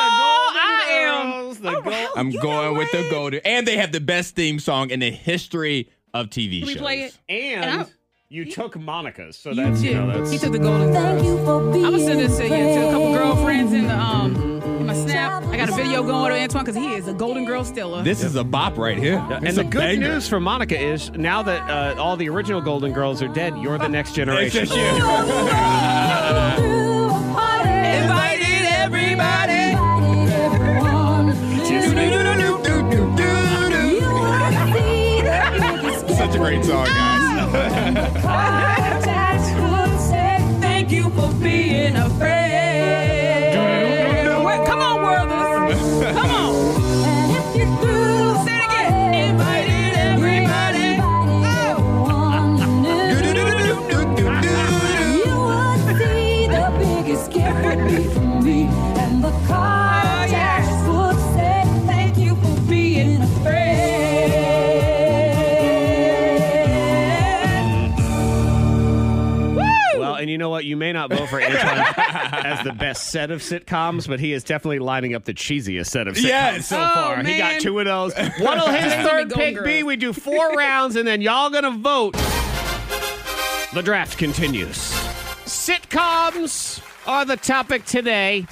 Oh, the Golden Girls. The Gol- I'm going with the Golden. And they have the best theme song in the history of TV shows. And, And I- you took Monica's, so that's you know that's He took the golden girls. I'm gonna send this to you to a couple girlfriends in the um in my snap. I got a video going to Antoine because he is a golden girl stiller. This is a bop right here. and the good news for Monica is now that uh, all the original Golden Girls are dead, you're the next generation. It's just you. *laughs* Invited everybody. Such a great song, guys. Thank you for being a friend. Wait, Come on, worlders. Come on. Say it again. Invited everybody. Oh. Well, and you know what? You may not vote for *laughs* Antoine as the best set of sitcoms, but he is definitely lining up the cheesiest set of sitcoms Yes. so Oh, far. He got man. two of *laughs* those. What'll his It's gonna be third Golden pick be? We do *laughs* four rounds, and then y'all gonna vote. The draft continues. Sitcoms are the topic today.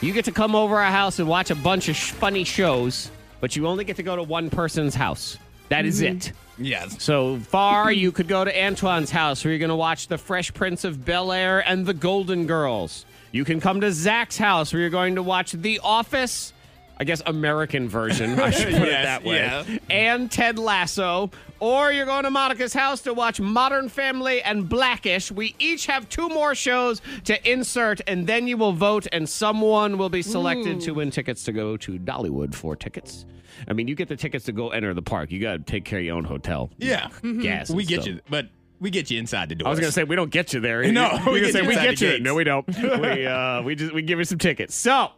You get to come over our house and watch a bunch of sh- funny shows, but you only get to go to one person's house. That is Mm-hmm. it. *laughs* Yes. So far, you could go to Antoine's house where you're going to watch The Fresh Prince of Bel Air and The Golden Girls. You can come to Zach's house where you're going to watch The Office, I guess American version, I should put *laughs* it Yes, that way, yeah. and Ted Lasso. Or you're going to Monica's house to watch Modern Family and Blackish. We each have two more shows to insert, and then you will vote, and someone will be selected to win tickets to go to Dollywood for tickets. I mean, you get the tickets to go enter the park. You got to take care of your own hotel. Yeah. Gas and We get stuff. you, but we get you inside the door. I was gonna say we don't get you there. *laughs* No, we gonna we get say you we inside get the you. gates. No, we *laughs* don't. we uh, we just we give you some tickets. So,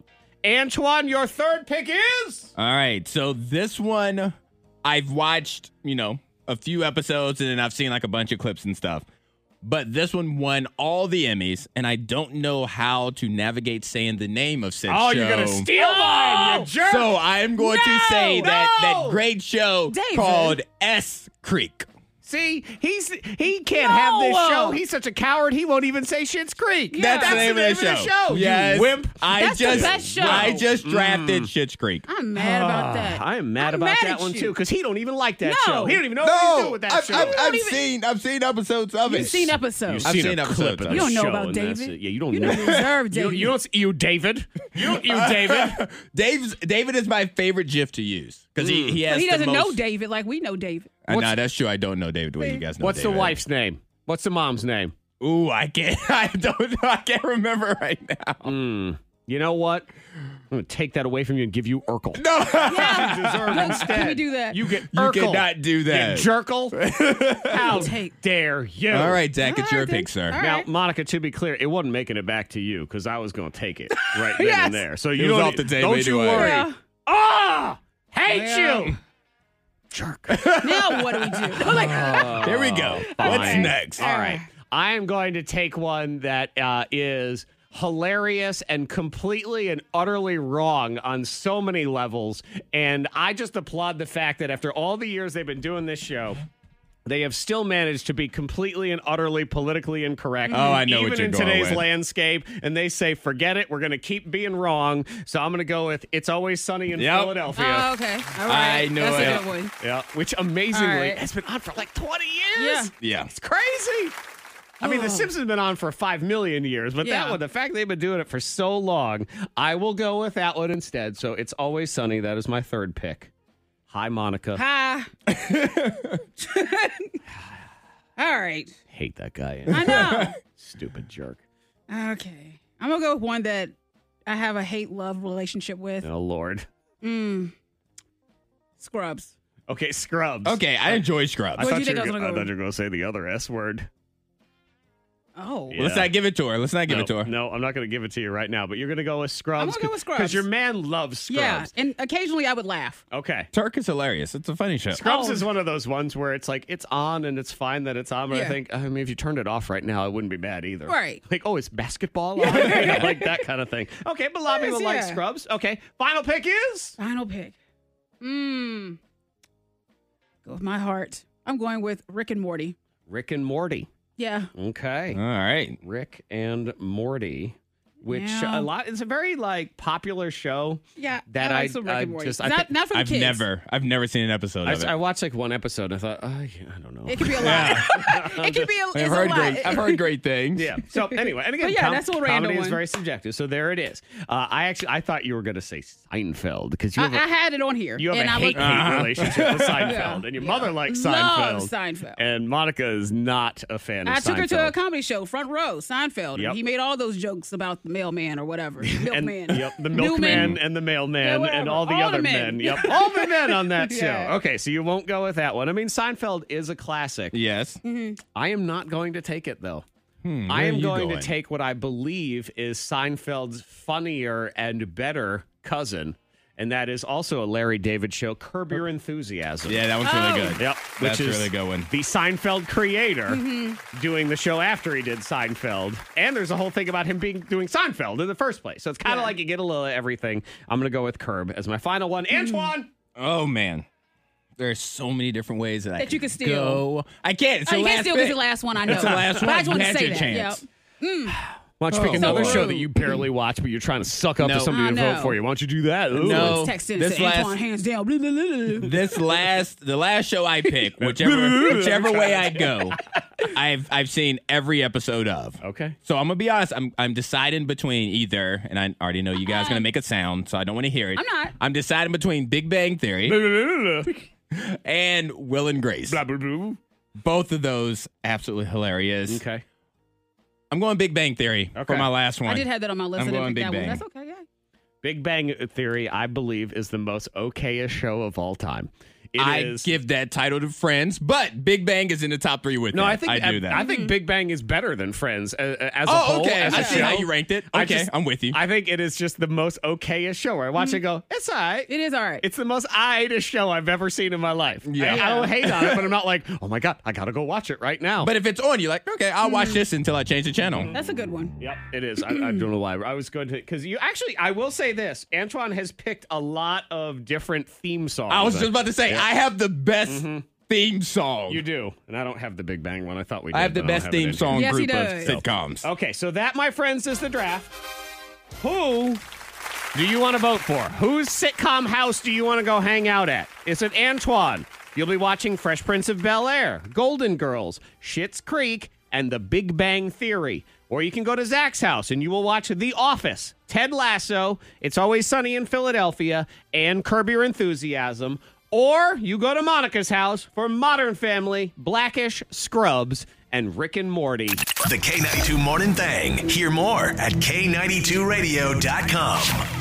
Antoine, your third pick is All right. So this one, I've watched, you know, a few episodes and then I've seen like a bunch of clips and stuff. But this one won all the Emmys, and I don't know how to navigate saying the name of said oh, show. you're gonna steal mine, you jerk. So I am going to say No! that No! that great show David. called S Creek. See, he's he can't have this No! show. He's such a coward. He won't even say Shit's Creek. That's, the name, of, the show. you Yes. wimp. Mm. I That's the just best show. I just drafted Shit's Creek. I'm mad Ah, about that. I am mad about mad that at one you. too, because he don't even like that No. show. He don't even know what he's doing No, with that I've, show. I've, I've seen I've seen episodes of it. You've seen episodes. I've seen a clip of the You don't know show, about and that's David. it. Yeah, you don't You know. don't *laughs* deserve You don't- You David. don't you David. You don't *laughs* you David. Dave's David is my favorite GIF to use because he he has But he doesn't the most, know David like we *laughs* know David. Uh, What's- nah, that's true. I don't know David the way you guys know. What's the David. wife's name? What's the mom's name? Ooh, I can't. *laughs* I don't. know. I can't remember right now. *laughs* Mm. You know what? I'm gonna take that away from you and give *laughs* you Urkel. No, Yeah. You deserve Look, Can we instead. do that? You get you Urkel. cannot do Get that. *laughs* Jerkle. How Take- dare you? All right, Zach, it's All right, your then. pick, sir. All right. Now, Monica, to be clear, it wasn't making it back to you because I was going to take it *laughs* right then Yes. and there. So It you was don't, e- off the table don't you anyway. worry. Yeah. Ah, hate Yeah. you. Now what do we *laughs* Oh, do? We're *laughs* like, Here we go. What's Fine. next? All right. Ah. I am going to take one that uh, is hilarious and completely and utterly wrong on so many levels. And I just applaud the fact that after all the years they've been doing this show, They have still managed to be completely and utterly politically incorrect. Oh, I know even what you're in going today's with. landscape, and they say, "Forget it. We're going to keep being wrong." So I'm going to go with "It's Always Sunny in Yep. Philadelphia." Oh, okay. All right. I know That's it. a good one. Yeah, which amazingly All right. has been on for like 20 years. Yeah. It's crazy. I mean, The Oh. Simpsons have been on for 5 million years, but that Yeah. one, the fact they've been doing it for so long, I will go with that one instead. So it's always sunny. That is my third pick. Hi, Monica. Hi. *laughs* All right. Hate that guy. I know. Stupid jerk. Okay. I'm going to go with one that I have a hate love relationship with. Oh, Lord. Mm. Scrubs. Okay, Scrubs. Okay, I enjoy Scrubs. I What'd thought you you think I were was go- gonna I go thought with? you were going to say the other S word. Oh. Well, Let's Yeah. not give it to her. Let's not give it to her. No, I'm not going to give it to you right now, but you're going to go with Scrubs. I'm gonna go with Because Scrubs. your man loves Scrubs. Yeah. And occasionally I would laugh. Okay. Turk is hilarious. It's a funny show. Scrubs Oh. is one of those ones where it's like it's on and it's fine that it's on, but I Yeah. think I mean if you turned it off right now, I wouldn't be mad either. Right. Like, oh, it's *laughs* basketball on? *laughs* You know, like that kind of thing. Okay, but a lot of Yes, people like yeah. Scrubs. Okay. Final pick is Final pick. Mm. Go with my heart. I'm going with Rick and Morty. Rick and Morty. Yeah. Okay. All right. Rick and Morty. Which a Yeah. lot it's a very like popular show. Yeah. That I, I- like some Rick I and Morty. just- I not, think- not for the I've kids. never, I've never seen an episode I, of it. I watched like one episode and I thought, oh, yeah, I don't know. It could be a lot. Yeah. It could be a, it's I've a heard lot. great. I've *laughs* heard great *laughs* things. Yeah. So anyway, and again, But yeah, com- that's a random comedy is one. very subjective. So there it is. Uh, I actually I thought you were going to say Seinfeld because you I, have a I had it on here. You have and a I hate, looked- hate relationship *laughs* with Seinfeld, Yeah. and your mother likes Seinfeld. Love Seinfeld. And Monica is not a fan I of took her to a Seinfeld. comedy show, front row, Seinfeld. Yep. And he made all those jokes about the mailman or *laughs* whatever. and, Milkman. Yep, the Newman. Uh, milkman and the Yeah, mailman whatever. and all the All the other men. men. Yep, *laughs* all the men on that Yeah. show. Okay, so you won't go with that one. I mean, Seinfeld is a classic. Yes. Mm-hmm. I am not going to take it though. Hmm, I where are am you going, to take what I believe is Seinfeld's funnier and better cousin, and that is also a Larry David show, Curb Your Enthusiasm. Yeah, that one's really Oh. good. Yep, which That's is really good one. the Seinfeld creator Mm-hmm. doing the show after he did Seinfeld, and there's a whole thing about him being doing Seinfeld in the first place. So it's kind of like you get a little of everything. I'm gonna go with Curb as my final one. Mm. Antoine, Oh man, there are so many different ways that, I That you could can steal. Go. I can't. It's Oh, the you last can't steal pick. because the last one I know. It's the last But one. I just wanted You to had say your that. chance. Yep. why don't you pick Oh, another Lord. show that you barely watch, but you're trying to suck up No. to somebody Oh, to no. vote for you? Why don't you do that? Ooh. No. Just text in and This say, last- Antoine, hands down. Blah, blah, blah, blah. This last, the last show I *laughs* pick, whichever whichever way I go, I've I've seen every episode of. *laughs* Okay. So I'm gonna be honest. I'm I'm deciding between either, and I already know you guys are gonna make a sound, so I don't want to hear it. I'm not. I'm deciding between Big Bang Theory and Will and Grace. Blah, blah, blah. Both of those absolutely hilarious. Okay. I'm going Big Bang Theory for Okay. my last one. I did have that on my list. I'm I didn't going pick Big that Bang. one. That's okay. Yeah. Big Bang Theory, I believe, is the most okayest show of all time. It I is- give that title to Friends, but Big Bang is in the top three with No, that. I think I do that. I Mm-hmm. think Big Bang is better than Friends as, as a oh, whole. okay. as a I see how show. you ranked it. I Okay, just- I'm with you. I think it is just the most okayest show. Where I watch it, and go, it's all right. Mm-hmm. It is all right. It's the most eyedest show I've ever seen in my life. Yeah. I, I don't hate on it, but I'm not *laughs* like, oh my god, I gotta go watch it right now. but if it's on, you're like, okay, I'll watch Hmm. this until I change the channel. That's a good one. Yep, it is. I, I don't know why. I was going to because you actually. I will say this: Antoine has picked a lot of different theme songs. I was just about to say, Yeah. Mm-hmm. I have the best theme song. You do, and I don't have the Big Bang one. I thought we. Did, I have the but don't best it theme in here. Oh, song Yes, he group of does. sitcoms. Okay, so that, my friends, is the draft. Who do you want to vote for? Whose sitcom house do you want to go hang out at? Is it Antoine? You'll be watching Fresh Prince of Bel Air, Golden Girls, Schitt's Creek, and The Big Bang Theory. Or you can go to Zach's house and you will watch The Office, Ted Lasso, It's Always Sunny in Philadelphia, and Curb Your Enthusiasm. Or you go to Monica's house for Modern Family, Blackish, Scrubs, and Rick and Morty. The K92 Morning Thang. Hear more at K92Radio.com.